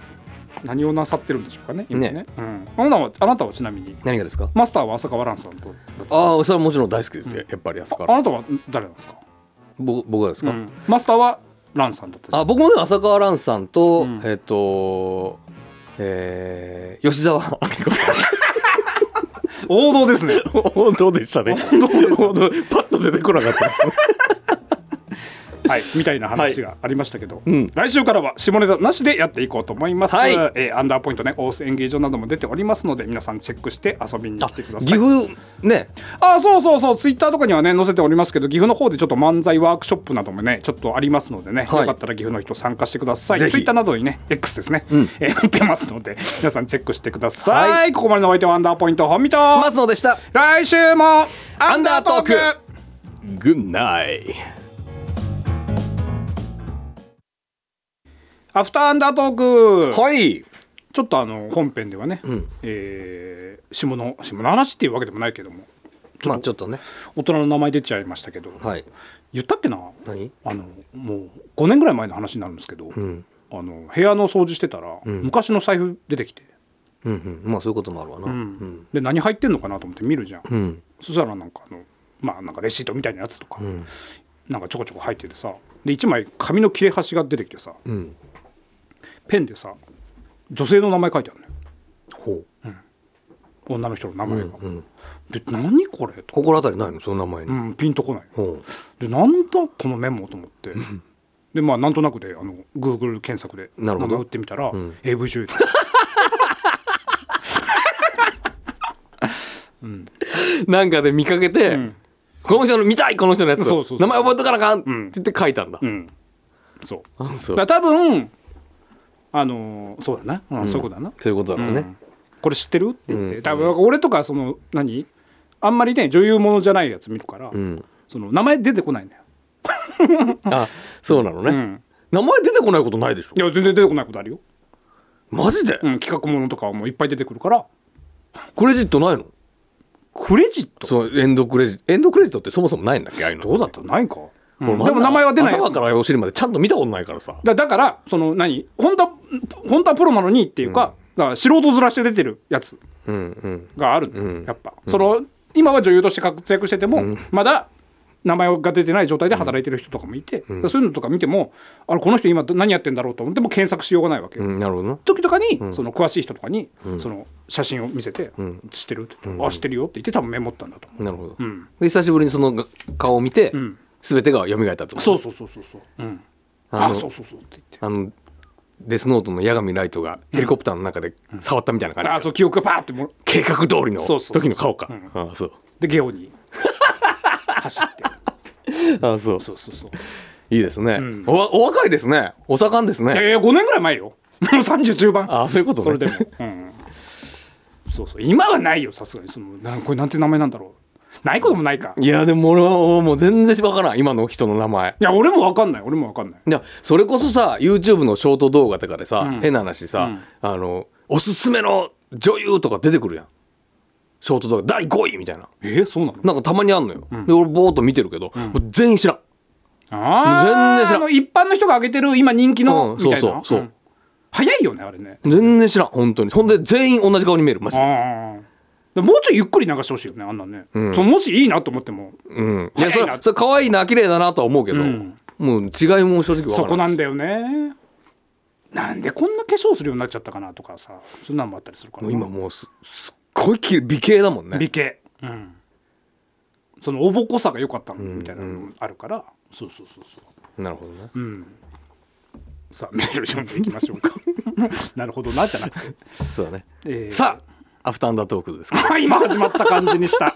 何をなさってるんでしょうかね今ね
ね
うん、あなたはあなたはちなみに
何がですか
マスターは浅川蘭さんと
ああそれはもちろん大好きですよやっぱり朝か
あ
ら
なたは誰なんですか、
僕僕がですか
うんマスターは蘭さんだったじゃん
あ僕もね浅川蘭さんと
ん
えっとえー吉沢明子さん
王道 ですね
本当でしたね
王道です
本当パッと出てこなかったです
はい、みたいな話がありましたけど、
うん
来週からは下ネタなしでやっていこうと思います、
はい
えーアンダーポイントねオース演芸場なども出ておりますので皆さんチェックして遊びに来てくだ
岐
さい
阜ね
ああそうそうそうツイッターとかにはね載せておりますけど岐阜の方でちょっと漫才ワークショップなどもねちょっとありますのでね、
はい
よかったら岐阜の人参加してくださいツ
ぜひ
イッターなどにね X ですね、
ん
えー載ってますので皆さんチェックしてください、
は
ここまでのお相手はアンダーポイント本見と、
松野でした
来週もアンダートー
アンダートー
ク
ク Good night
アフターアンダートーク
はい
ちょっとあの本編ではね、えー下の下の話っていうわけでもないけども
まあちょっとね
大人の名前出ちゃいましたけど、
はい
言ったっけな
何
あのもう5年ぐらい前の話になるんですけど、
ん
あの部屋の掃除してたら、昔の財布出てきて、
うんうんまあそういうこともあるわなうん
で何入ってんのかなと思って見るじゃん、
うん
そしたらなんかあのまあなんかレシートみたいなやつとか、なんかちょこちょこ入っててさで1枚紙の切れ端が出てきてさ、
ん
ペンでさ女性の名前書いてあるのよ
ほう
女の人の名前が、で何これと、
心当たりないのその名前
う
に。
ん、ピンとこない
うん。
でなんだこのメモと思ってでまあなんとなくであの Google 検索で
なるほど
名前打ってみたら、
ん
AV 女優だ
なんかで見かけて、
ん
この人の見たいこの人のやつ
そうそうそう
名前覚えとかなあかん、
ん
って言って書いたんだ
う、んそう
あそう
だから多分あのーそうだな、うんそういうことだな、
そういうことだろうね、
これ知ってるって言って、多分俺とかその何あんまりね女優ものじゃないやつ見るから、
ん
その名前出てこないんだよ、
あそうなのね、
うん
名前出てこないことないでしょ
いや全然出てこないことあるよ、
マジで、
うん、企画ものとかはもういっぱい出てくるから
クレジットないの
クレジット
そうエンドクレジットエンドクレジットってそもそもないんだっけああいうの
どうだったないか、うん
俺まだ
でも名前は出ない
頭からお尻までちゃんと見たことないからさ
だだからその何本当は本当はプロなのにっていうか,、だから素人面して出てるやつ
うんうん
があるのよ、やっぱ、その今は女優として活躍してても、まだ名前が出てない状態で働いてる人とかもいて、だからそういうのとか見てもあれこの人今何やってんだろうと思っても検索しようがないわけよ、
うんなるほどな
時とかに、その詳しい人とかに、その写真を見せて「知ってる?」って言って「あ知ってるよ」って言って多分メモったんだと思
なるほど、
ん
で久しぶりにそのが顔を見て、
ん
全てが蘇ったってこ
う
と
そうそうそうそうそう、うん、
あ
あ
の
そうそうそうって言って
あのデスノートの八神ライトがヘリコプターの中で触ったみたいな感じ、
あそう記憶がパーってもろ
計画通りの
そうそうそう
時の顔か
うん
あそう
でゲオに走 って
あそう
そうそうそう
いいですね、おわお若いですねお盛んです
いや
ね
いや5年ぐらい前よ もう30中盤
あそういうことね
それでも、うん、そうそう今はないよさすがにそのなこれなんて名前なんだろうないこともないかい
いやでも俺はおもう全然わからん今の人の名前
や俺もわかんない俺もわかんない
いやそれこそさ YouTube のショート動画とかでさ、変な話さ、あのおすすめの女優とか出てくるやんショート動画第5位みたいな
えそうなの
なんかたまにあんのよ、で俺ボーっと見てるけど、もう全員知らん
あ
全
ー
然知らん
あの一般の人が上げてる今人気の、
うん
みたいな
そうそうそうん
早いよねあれね
全然知らん本当にほんで全員同じ顔に見えるマジで
ああもうちょいゆっくり流してほしいよねあんなんね、そのもしいいなと思っても
うんいやそ
早い
れ
な
それ可愛いな綺麗だなとは思うけど、
ん
もう違いも正直分から
そこ
ない
なんだよねなんでこんな化粧するようになっちゃったかなとかさそんなのもあったりするから
もう今もうすすっごいき美形だもんね
美形、うん、そのおぼこさが良かったのみたいなのもあるから、そうそうそうそう
なるほどね、
さあメール読んでいきましょ うかなるほどなじゃなくて、
そうだね、
えー
さあアフターアンダートークです か
今始まった感じにした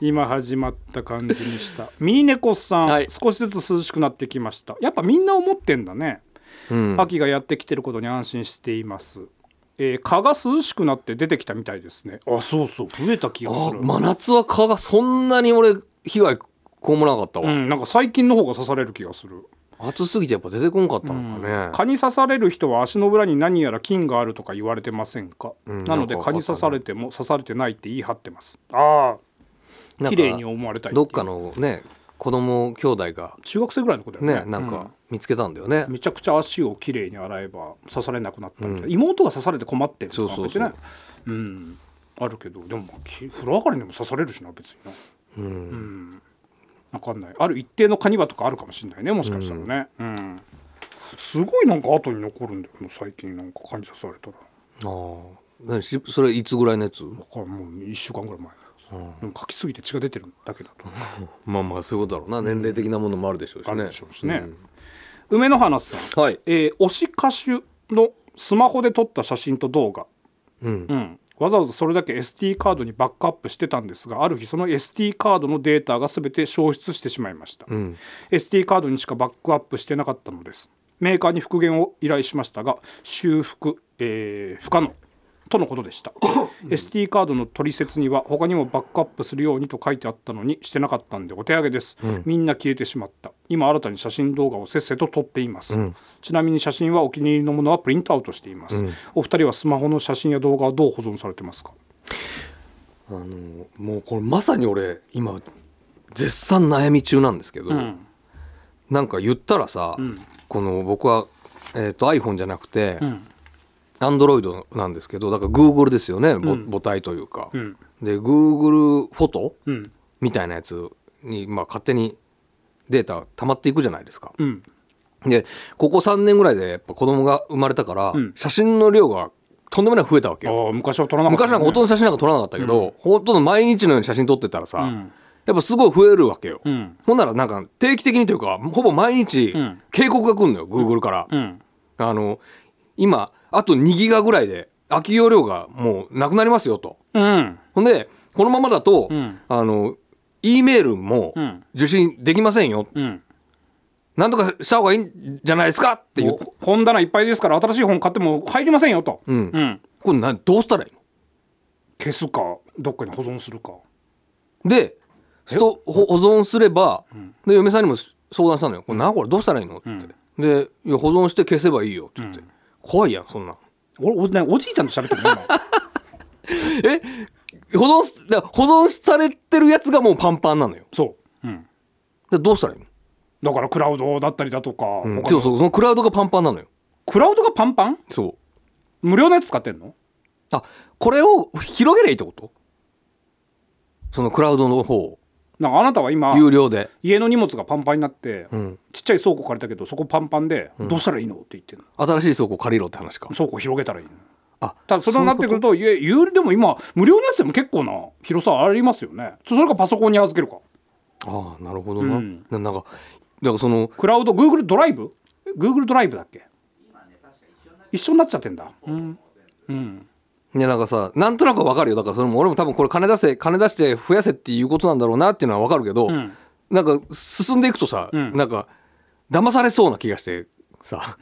今始まった感じにしたミニネコさん、
はい
少しずつ涼しくなってきましたやっぱみんな思ってんだね、
ん
秋がやってきてることに安心していますえー蚊が涼しくなって出てきたみたいですねあそうそう増えた気が
あ
する
真夏は蚊がそんなに俺被害こもらなかった
う
わ、
んなんか最近の方が刺される気がする
暑すぎてやっぱ出てこんかったのかね、
蚊に刺される人は足の裏に何やら菌があるとか言われてませんか、
ん
なので
なん
蚊
か
に刺されても刺されてないって言い張ってますああ
なん
綺
か
麗に思われたいていう
どっかのね子供兄弟が
中学生ぐらいの子だよね
ねなんか見つけたんだよね、
うんめちゃくちゃ足を綺麗に洗えば刺されなくなったみたいな、妹が刺されて困ってるとか
そうそうそ
別
う
にねうんあるけどでもまあき風呂上がりにも刺されるしな別になうん、分かんないある一定のカニバとかあるかもしれないねもしかしたらねうん、すごいなんか後に残るんだよな最近なんか蚊に刺されたら。
ああねしそれいつぐらいのやつ
これもう1週間ぐらい前でも書きすぎて血が出てるだけだと
まあまあそういうことだろうな年齢的なものもあるでしょうし
あ
ね
るでしょうしね、梅の花さん、
はい
えー推し歌手のスマホで撮った写真と動画、
ん
うんわざわざそれだけ SD カードにバックアップしてたんですがある日その SD カードのデータが全て消失してしまいました、SD カードにしかバックアップしてなかったのですメーカーに復元を依頼しましたが修復、えー不可能とのことで した、SD カードの取説には他にもバックアップするようにと書いてあったのにしてなかったんでお手上げです、みんな消えてしまった今新たに写真動画をせっせと撮っています、ちなみに写真はお気に入りのものはプリントアウトしています、お二人はスマホの写真や動画はどう保存されてますか
あのもうこれまさに俺今絶賛悩み中なんですけど、
ん
なんか言ったらさ、この僕は、えー、と iPhone じゃなくて、
ん
Android なんですけどだから Google ですよね、ぼ母体というか、
ん
で Google フォト、
うん
みたいなやつに、まあ、勝手にデータ溜まっていくじゃないですか。
うん
でここ3年ぐらいでやっぱ子供が生まれたから、
ん
写真の量がとんでもない増えたわけよ
ああ昔は撮らなかった、
昔なんかほとんど写真なんか撮らなかったけど、ほとんど毎日のように写真撮ってたらさ、
ん
やっぱすごい増えるわけよ、
ん
ほんならなんか定期的にというかほぼ毎日
ん
警告が来るのよ Google から、
うん
あの今あと2ギガぐらいで空き容量がもうなくなりますよと
うん
ほんでこのままだと、
ん
あの E メールも
うん
受信できませんよ、
うん
なんとかした方がいいんじゃないですかって言う
お本棚いっぱいですから新しい本買っても入りませんよと、
うん
うん、
これなどうしたらいいの
消すかどっかに保存するか
でストほ保存すれば、で嫁さんにも相談したのよ「これなこれどうしたらいいの?」って、でいや「保存して消せばいいよ」って言って、怖いやんそんなん
俺お,、ね、おじいちゃんと喋ってるの 今
え保存すだから保存されてるやつがもうパンパンなのよ
そう、うん、
でどうしたらいいの
だからクラウドだったりだとか、
う
他の
んでもそうそのクラウドがパンパンなのよ
クラウドがパンパン
そう
無料のやつ使ってんの
あこれを広げりゃいいってことそのクラウドの方を
なんかあなたは今
有料で
家の荷物がパンパンになって、
ん
ちっちゃい倉庫借りたけどそこパンパンで、どうしたらいいのって言ってんの
新しい倉庫借りろって話か
倉庫広げたらいいの
あ
ただそれになってくる
と
といえ有料でも今無料のやつでも結構な広さありますよねそれかパソコンに預けるか
ああなるほどな、
うん
ななんかだからその
クラウド Google ドライブ Google ドライブだっけ一緒になっちゃってんだ、うんうん、
いやなんかさなんとなくわかるよだからそれも俺も多分これ金出せ金出して増やせっていうことなんだろうなっていうのはわかるけど、
ん
なんか進んでいくとさ、
ん
なんか騙されそうな気がして さ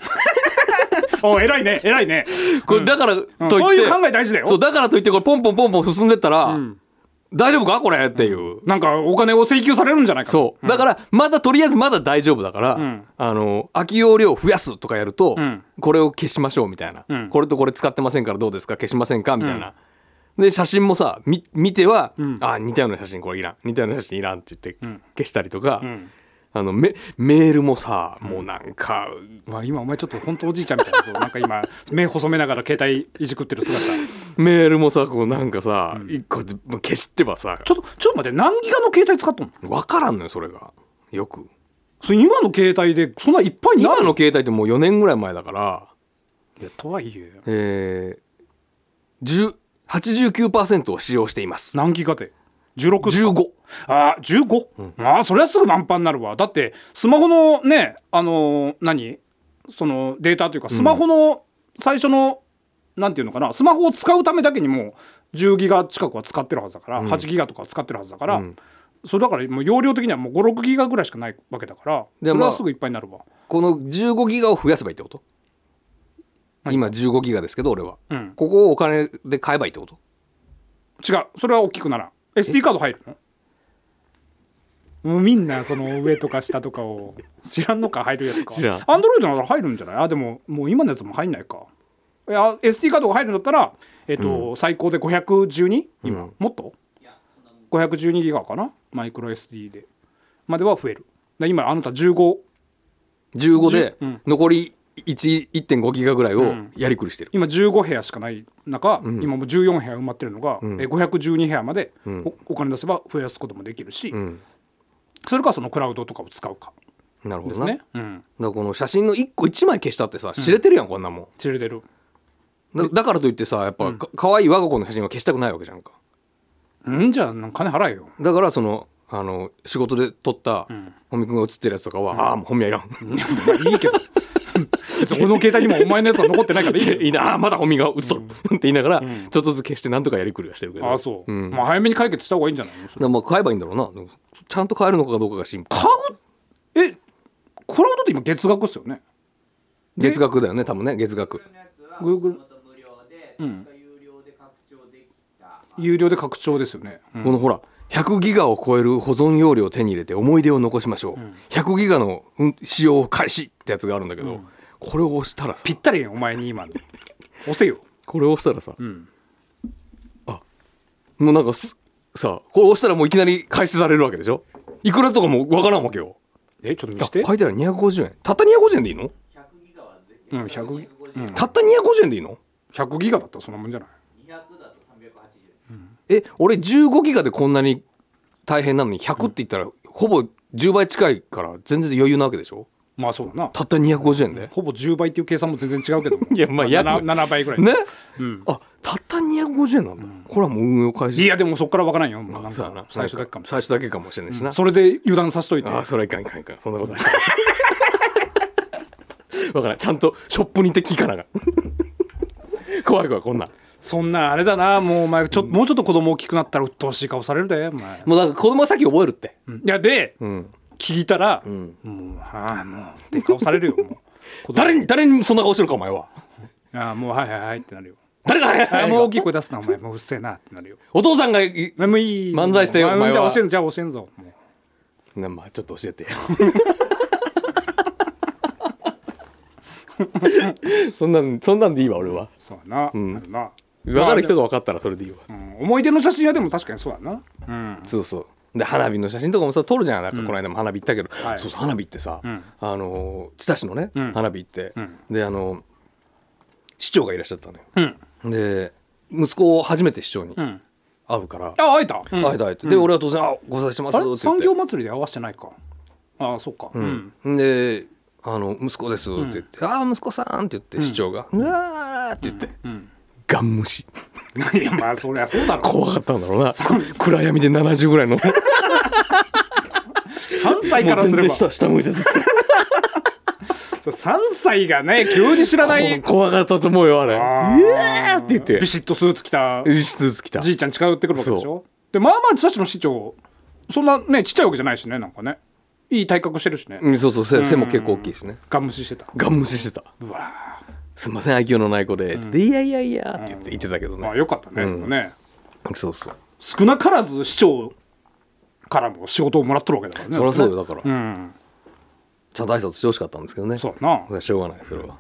お偉いね偉いね、
これだからといって、
うんそういう考え大事だよ
そうだからといってこれポンポンポンポン進んでったら、
ん
大丈夫かこれっていう、
なんかお金を請求されるんじゃないか
そう、だからまだとりあえずまだ大丈夫だから、
ん
あの空き容量を増やすとかやると、
ん
これを消しましょうみたいな、
うん
これとこれ使ってませんからどうですか消しませんかみたいな、で写真もさみ見ては、あ似たような写真これいらん似たような写真いらんって言って消したりとか、
ん
あのメメールもさもうなんか、
まあ、今お前ちょっと本当おじいちゃんみたいなそう なんか今目細めながら携帯いじくってる姿
メールもさこうなんかさ、一個ず消してばさ
ちょっとちょっと待って何ギガの携帯使っとんの
分からんのよそれがよく
それ今の携帯でそんないっぱいにな
今
る
の携帯ってもう4年ぐらい前だから。
いやとはいえ
えー、10 89%を使用しています。
何ギガで16十
15。
ああ15、ああそれはすぐ満帆になるわだってスマホのねあのー何そのデータというかスマホの最初の、なんていうのかなスマホを使うためだけにもう10ギガ近くは使ってるはずだから、8ギガとかは使ってるはずだから、それだからもう容量的にはもう56ギガぐらいしかないわけだから
で
それ
まあ
はすぐいっぱいになるわ、
この15ギガを増やせばいいってこと今15ギガですけど俺は、
うん
ここをお金で買えばいいってこと
違うそれは大きくならん SD カード入るのもうみんなその上とか下とか を知らんのか入るやつか
知らん
アンドロイドなら入るんじゃないあでももう今のやつも入んないかいや SD カードが入るんだったら、えっと最高で 512? 今、もっと ?512 ギガかなマイクロ SD でまでは増えるで今あなた15
?15 で
うん
残り1 1.5ギガぐらいをやりくりしてる、
今15部屋しかない中、今もう14部屋埋まってるのが、え512部屋までお,、お金出せば増やすこともできるし、
ん
それかそのクラウドとかを使うか
なるほ
で
ど
すね
な、だ。か
うん、
らこの写真の1個1枚消したってさ知れてるやん、こんなも
知れてる。
んだだからといってさやっぱか可愛、い我が子の写真は消したくないわけじゃんか
うんじゃあなんか金払えよ。
だからそのあの仕事で撮った本見君が写ってるやつとかは、ああもう本見はいらん
まあいいけど。別に俺の携帯にもお前のやつは残ってないからいい
いや
け
いいなあーまだ本身が映っとる、って言いながら、ちょっとずつ消してなんとかやりくりはしてるけど
ど。ああそう。
ん
まあ早めに解決した方がいいんじゃないのそ
だか
れ
らまあ買えばいいんだろうなでもちゃんと買えるのかどうかが心配
えクラウドって今月額っすよね。
月額だよね多分ね月額
のやつは
Google
もともと無料で、確か有料で拡張できた。
有料で拡張ですよね。うん
このほら100ギガを超える保存容量を手に入れて思い出を残しましょう、100ギガのうん使用を開始ってやつがあるんだけど、これを押したらさ
ぴったりやんお前に今の。押せよ。
これを押したらさ、あもうなんかすさこれ押したらもういきなり開始されるわけでしょいくらとかもわからんわけよ
えちょっと見
あ
せて。
書いてある250円たった250円でいいの
100ギガはぜ
うん100ギうん
たった250円でいいの
100ギガだったらそんなもんじゃない。
200だと380。
え俺15ギガでこんなに大変なのに100って言ったら、ほぼ10倍近いから全然余裕なわけでしょ
まあそうだな
たった250円で
ほぼ10倍っていう計算も全然違うけど
いやまあ約
7, 倍ぐらい、
ね、あたった250円なんだ、これはもう運用開始
いやでもそっからわからんよ、まあなん
そうやな
か最初だけかもしれ
最初だけかもしれないしな、
ないそれで油断させといて
ああそれはいかんいかんいかんそんな ことはしてないわからんちゃんとショップに行って聞かなあかん 怖い怖いこんなん
そんなあれだなもうお前ちょもうちょっと子供大きくなったら鬱陶しい顔されるでお前、
もうだから子供が先覚えるって、
うんいやで、
ん
聞いたら、もうはあもうって顔されるよもう
誰に誰にそんな顔してるかお前は
ああもうはいはいはいってなるよ
誰が
ああ
早い
もう大きい声出すなお前もううっせえなってなるよ
お父さんがい
もういい
漫才してよ
もう
お前は
じゃあ教えんじゃあ教えんぞもう
なまあちょっと教 えてよそんなんそんなんでいいわ俺は
そうやな、あるな
分かる人が分かったらそれでいいわ、
うん思い出の写真はでも確かにそうやな
そうそうで花火の写真とかもさ撮るじゃんなんかこの間も花火行ったけど、
い
そうそう花火ってさ、あのー千田市のね、
ん
花火って、
ん
であのー市長がいらっしゃったのよ、
うん
で息子を初めて市長に
うん
会うから、
あ会えた、うん
会えた会えたで俺は当然「あご無沙汰してます」
あ
って言
れ
って
産業祭りで合わせてないかああそっかうん、
であの「息子です」って言って「ああ息子さん」って言って市長が「うわ」って言って、ガン無視
いやまあそりゃそうだろ
怖かったんだろうな暗闇で70ぐらい の
3歳から
もう
す
全
れば
然下下向いてずっと
3歳がね急に知らない
こ怖かったと思うよあれ「うわ」って言って
ビシッとスーツ着た
ビシッと来た
じいちゃん近寄ってくるわけでしょでまあまあ千歳市の市長そんなねちっちゃいわけじゃないしねなんかねいい体格してるしね、
うんそうそう背背も結構大きいしね
ガン無視してた
ガン無視してた
うわ
「すんません IQ のない子で」って言って「いやいやいや」って言って言ってたけど
まあ
ね
よかったね、でもね
そうそう
少なからず市長からも仕事をもらっとるわけだからね
そりゃそうよ
だ
だ
っ
から
てねうん
ちゃんと挨拶してほしかったんですけどね
そうだな
だからしょうがないそれは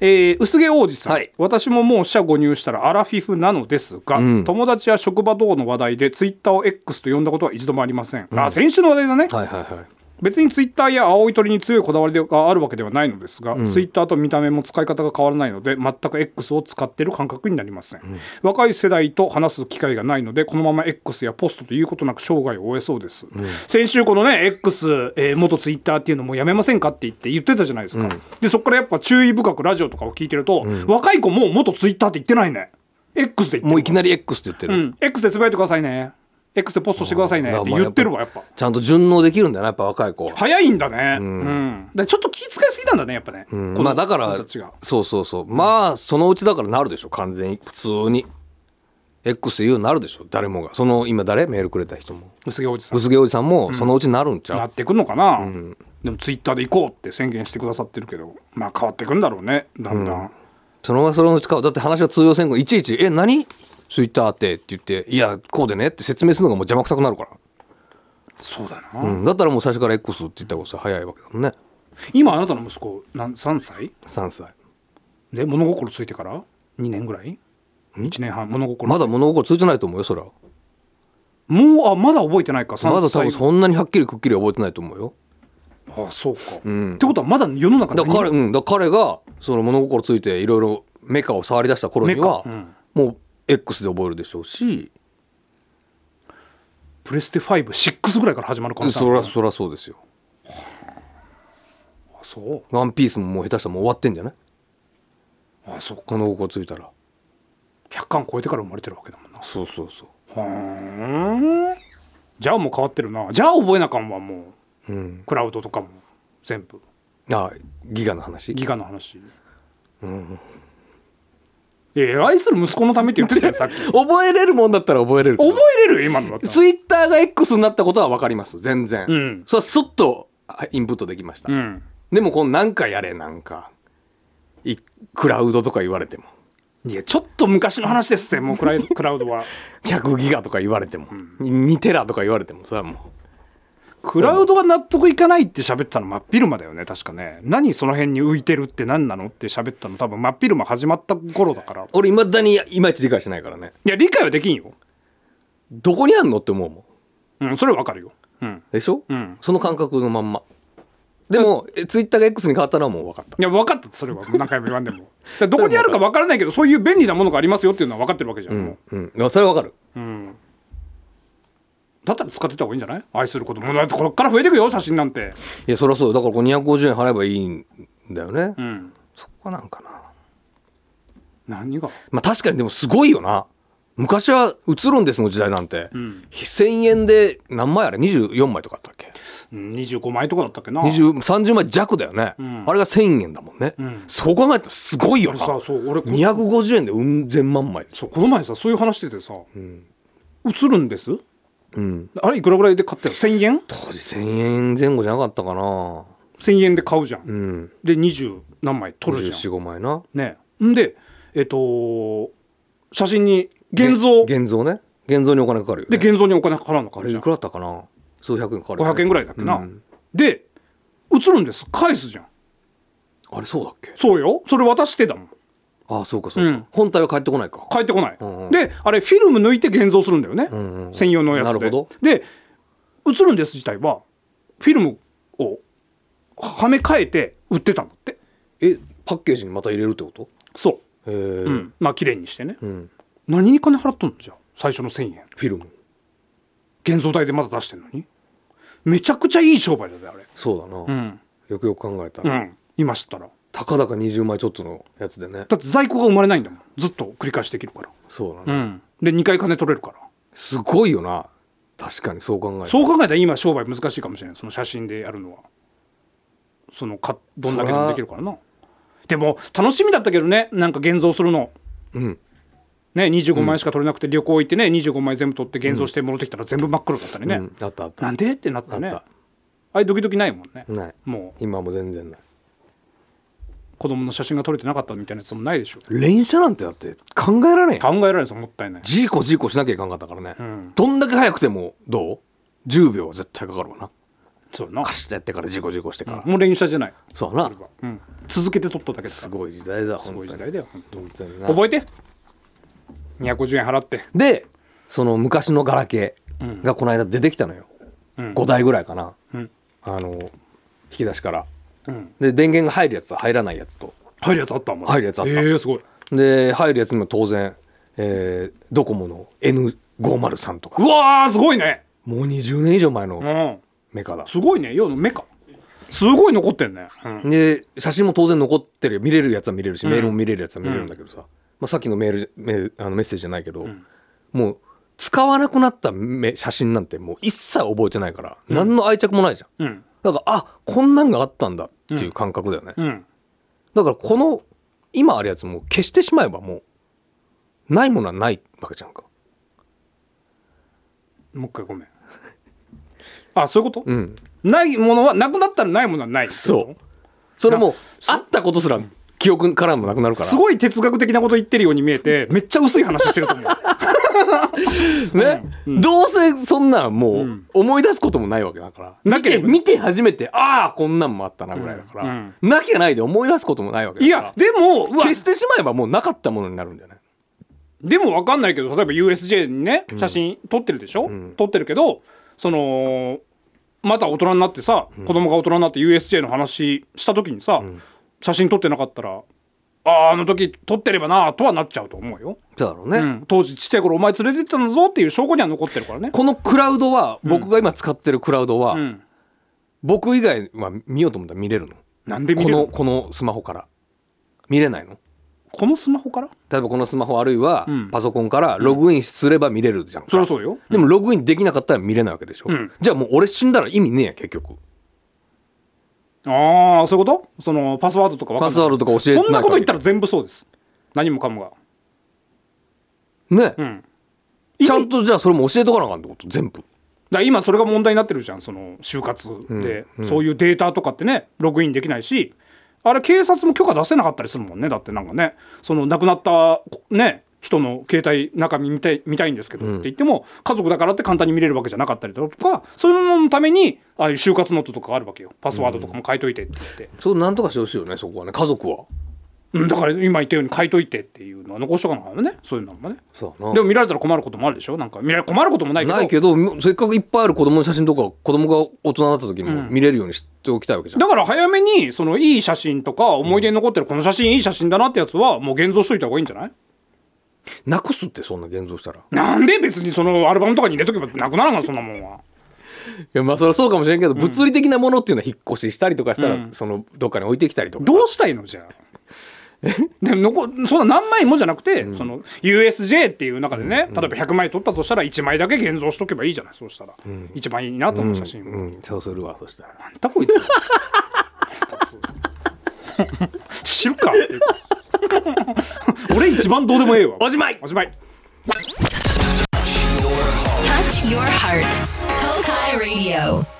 えー薄毛王子さん、
はい
私ももう社誤入したらアラフィフなのですが、
ん
友達や職場等の話題でツイッターを X と呼んだことは一度もありません、あ先週の話題だね、
はいはいはい
別にツイッターや青い鳥に強いこだわりがあるわけではないのですが、ツイッターと見た目も使い方が変わらないので全く X を使っている感覚になりません、若い世代と話す機会がないのでこのまま X やポストということなく生涯を終えそうです、先週このね X、えー元ツイッターっていうのもうやめませんかって言って言ってたじゃないですか、でそこからやっぱ注意深くラジオとかを聞いてると、若い子もう元ツイッターって言ってないね X で言ってる
もういきなり X って言ってる
うん、X でつぶやいてくださいね X でポストしてくださいねって言ってるわやっぱ
ちゃんと順応できるんだよなやっぱ若い子は
早いんだね、うんだからちょっと気遣いすぎなんだねやっぱね、
うん
こ
ま
の
あだか
子
ら
たちが
そうそうそうまあそのうちだからなるでしょ完全に普通に X で言うようになるでしょ誰もがその今誰メールくれた人も
薄毛おじさん
薄毛おじさんもそのうちなるんちゃう、
なってくんのかな、でもツイッターで行こうって宣言してくださってるけどまあ変わってくんだろうねだんだん、
そのままそのうちかだって話は通用せんがいちいち「え何ツイッターって」って言って「いやこうでね」って説明するのがもう邪魔くさくなるから、
そうだな、
うん、だったらもう最初から X って言った方がさ早いわけだもんね
今あなたの息子なん3歳
3歳
で物心ついてから2年ぐらい1年半物心、
まだ物心ついてないと思うよそりゃ
もうあまだ覚えてないか3歳
まだ多分そんなにはっきりくっきり覚えてないと思うよ
あそうか、ってことはまだ世の中
だ
に
から彼,、うん、だから彼がその物心ついていろいろメカを触り出した頃には、
メカうん
もう X で覚えるでしょうし
プレステ56ぐらいから始まる可能性あ
そ
る
らそらそうですよ
あそう
「ワンピースももう下手したらもう終わってんじゃない
あそう
物心ついたら
100巻超えてから生まれてるわけだもんな
そうそうそう
じゃあもう変わってるなじゃあ覚えなあかんわもう、クラウドとかも全部
あギガの話
ギガの話うんいや愛する息子のためって言ってたよさっき覚
覚えれるもんだったら覚えれる
えれるよ今のだったら
ツイッターが X になったことは分かります全然、
うん
それはすっとあインプットできました、
うん
でもこのなんかやれなんかいクラウドとか言われても
いやちょっと昔の話ですぜもうク ラウドクラウドは
100ギガとか言われても、2テラとか言われてもそれはもう
クラウドが納得いかないって喋ったの真っ昼間だよね確かね何その辺に浮いてるって何なのって喋ったの多分真っ昼間始まった頃だからい
俺いまだにいまいち理解してないからね
や理解はできんよ、
どこにあんのって思うもん
うん、それはわかるよ、うん、
でしょ、
ん
その感覚のまんまでもえツイッターが X に変わったのはもう分かった
いや分かったそれはもう何回も言わんで もじゃあどこにあるか分からないけどそういう便利なものがありますよっていうのは分かってるわけじゃん、もう
うん、うん、それは分かる
だったら使ってた方がいいんじゃない愛することもだってこれから増えていくよ写真なんて
いやそりゃそうだからこれ250円払えばいいんだよね、
うん
そこなんかな
何が
まあ確かにでもすごいよな昔は「うつろんです」の時代なんて、
ん
1000円で何枚あれ24枚とかあったっけ
うん25枚とかだったっけな
20 30枚弱だよね、
ん
あれが1000円だもんね、
ん
そう考えたらすごいよ
俺
な
さそう俺こ
250円でうん千万枚でしょ
そうこの前さそういう話しててさ「映るんです
うん
あれいくらぐらいで買ったよ1000円
当時1000円前後じゃなかったかな
?1000 円で買うじゃん、
うん
で20何枚撮るじゃ
245枚なん
ねんでえっ、と写真に現像
現像ね現像にお金かかるよ、
で
ね、
現像にお金払うのか
あ
ある
れ
じ
い
ゃん
くらだったかな数百円かかるよね、
500円ぐらいだっけな、
うん
で映るんです返すじゃん
あれそうだっけ
そうよそれ渡してだもん
ああそうかそうか、
うん
本体は返ってこないか
返ってこない、
んうん
であれフィルム抜いて現像するんだよね、
んうん
専用のやつで
なるほど
で映るんです自体はフィルムをはめ替えて売ってたんだって
えパッケージにまた入れるってこと
そ
へえ、
う、うん、まあ綺麗にしてね、
ん
何に金払っとんのじゃあ最初の1,000円
フィルム
現像代でまだ出してんのにめちゃくちゃいい商売だねあれ
そうだな、
うん、
よくよく考えた
う
ら、
ん、今知ったら
たかだか20枚ちょっとのやつでね
だって在庫が生まれないんだもんずっと繰り返しできるから
そうだね、
うん、で2回金取れるから
すごいよな確かにそう考えた
そう考えたら今商売難しいかもしれないその写真でやるのはそのかどんだけでもできるからなでも楽しみだったけどねなんか現像するの
うん
ね25枚しか取れなくて旅行行ってね25枚全部取って現像して戻ってきたら全部真っ黒だったりね、
うん、あったあった
なんでってなったね
あ
あ
っ
れドキドキないもんね
ない
もう
今も全然ない
子供の写真が撮れてなかったみたいなやつもないでしょ
連写なんてだって考えられん
考えられないですもったいない
ジーコジーコしなきゃいかんかったからね、
ん
どんだけ早くてもどう ?10 秒は絶対かかるわな
そうやな
カシッとやってからジーコジーコしてから、
もう連写じゃない、
そうだな
うん、続けて撮っただけです
す
から
ごい時代だ
すごい
本当
時
に
代だよ本当
本当にな
覚えて250円払って
でその昔のガラケーがこの間出てきたのよ、
ん
5台ぐらいかな、
うん
あの引き出しから
うん
で電源が入るやつと入らないやつと
入るやつあったん
入るやつあった
ええすごい
で入るやつにも当然、えードコモの N503 とか
うわーすごいね
もう20年以上前
う
の
ん
メカだ、
すごいね要の目かすごい残ってんね、うん、
で写真も当然残ってるよ見れるやつは見れるし、メールも見れるやつは見れるんだけどさ、まあ、さっきのメールメールあのメッセージじゃないけど、もう使わなくなっため写真なんてもう一切覚えてないから、何の愛着もないじゃ
う
ん
ん
だからあこんなんがあったんだっていう感覚だよね、
うん
だからこの今あるやつも消してしまえばもうないものはないわけじゃんか
もう一回ごめんあそういうこと、
うん
ないものはなくなったらないものはない
そうそれもあったことすら記憶からもなくなるから
すごい哲学的なこと言ってるように見えてめっちゃ薄い話してると思う
ね、どうせそんなんもうん思い出すこともないわけだから、
な
見
けれ
て
ば
見て初めてああこんなんもあったなぐらいだから、
うん
なきゃないで思い出すこともないわけ
い
だから
やでもうわ
消してしまえばもうなかったものになるんじゃない
でも分かんないけど例えば USJ にね写真撮ってるでしょ、撮ってるけどそのまた大人になってさ、子供が大人になって USJ の話した時にさ、写真撮ってなかったらあああの時撮ってればなとはなっちゃうと思うよ、
そうだろうね、
うん当時ちっちゃい頃お前連れてったんだぞっていう証拠には残ってるからね
このクラウドは僕が今使ってるクラウドは、
ん
僕以外は見ようと思ったら見れるの
なんで見れるの
このこのスマホから見れないの
このスマホから
例えばこのスマホあるいは
ん
パソコンからログインすれば見れるじゃんか、
そりゃそうよ
でもログインできなかったら見れないわけでしょ、
うん
じゃあもう俺死んだら意味ねえや結局
ああそういうことそのパスワードとか分かんない
パスワードとか教えてない
そんなこと言ったら全部そうです何もかもが
ね、
うん
ちゃんとじゃあそれも教えとかなあかんってこと全部
だから今それが問題になってるじゃんその就活で、そういうデータとかってねログインできないしあれ警察も許可出せなかったりするもんねだってなんかねその亡くなったね人の携帯中身見たい見たいんですけどって言っても、家族だからって簡単に見れるわけじゃなかったりだとかそういうののためにああいう就活ノートとかあるわけよパスワードとかも書いといてって言って、
それなんとかしてほしいよねそこはね家族は
うんだから今言ったように書いといてっていうのは残しとかなあかんねそういうのもね
そう
でも見られたら困ることもあるでしょなんか見られ困ることもないけど
ないけどせっかくいっぱいある子供の写真とか子供が大人になった時にも見れるようにしておきたいわけじゃん、
だから早めにそのいい写真とか思い出に残ってるこの写真いい写真だなってやつはもう現像しといた方がいいんじゃない
なくすってそんな現像したらい
なんで別にそのアルバムとかに入れとけばなくならんがそんなもんは
やまあそれはそうかもしれんけど、物理的なものっていうのは引っ越ししたりとかしたら、そのどっかに置いてきたりと か
どうしたいのじゃあ でも残そんな何枚もじゃなくて、その USJ っていう中でね、例えば100枚撮ったとしたら1枚だけ現像しとけばいいじゃないそうしたら、一番いいなと思う写真、
うんそうするわそしたら
なんだこい つ 知るかっていう俺一番どうでもええわおじまいおじまい
Touch your heart. Tokai Radio.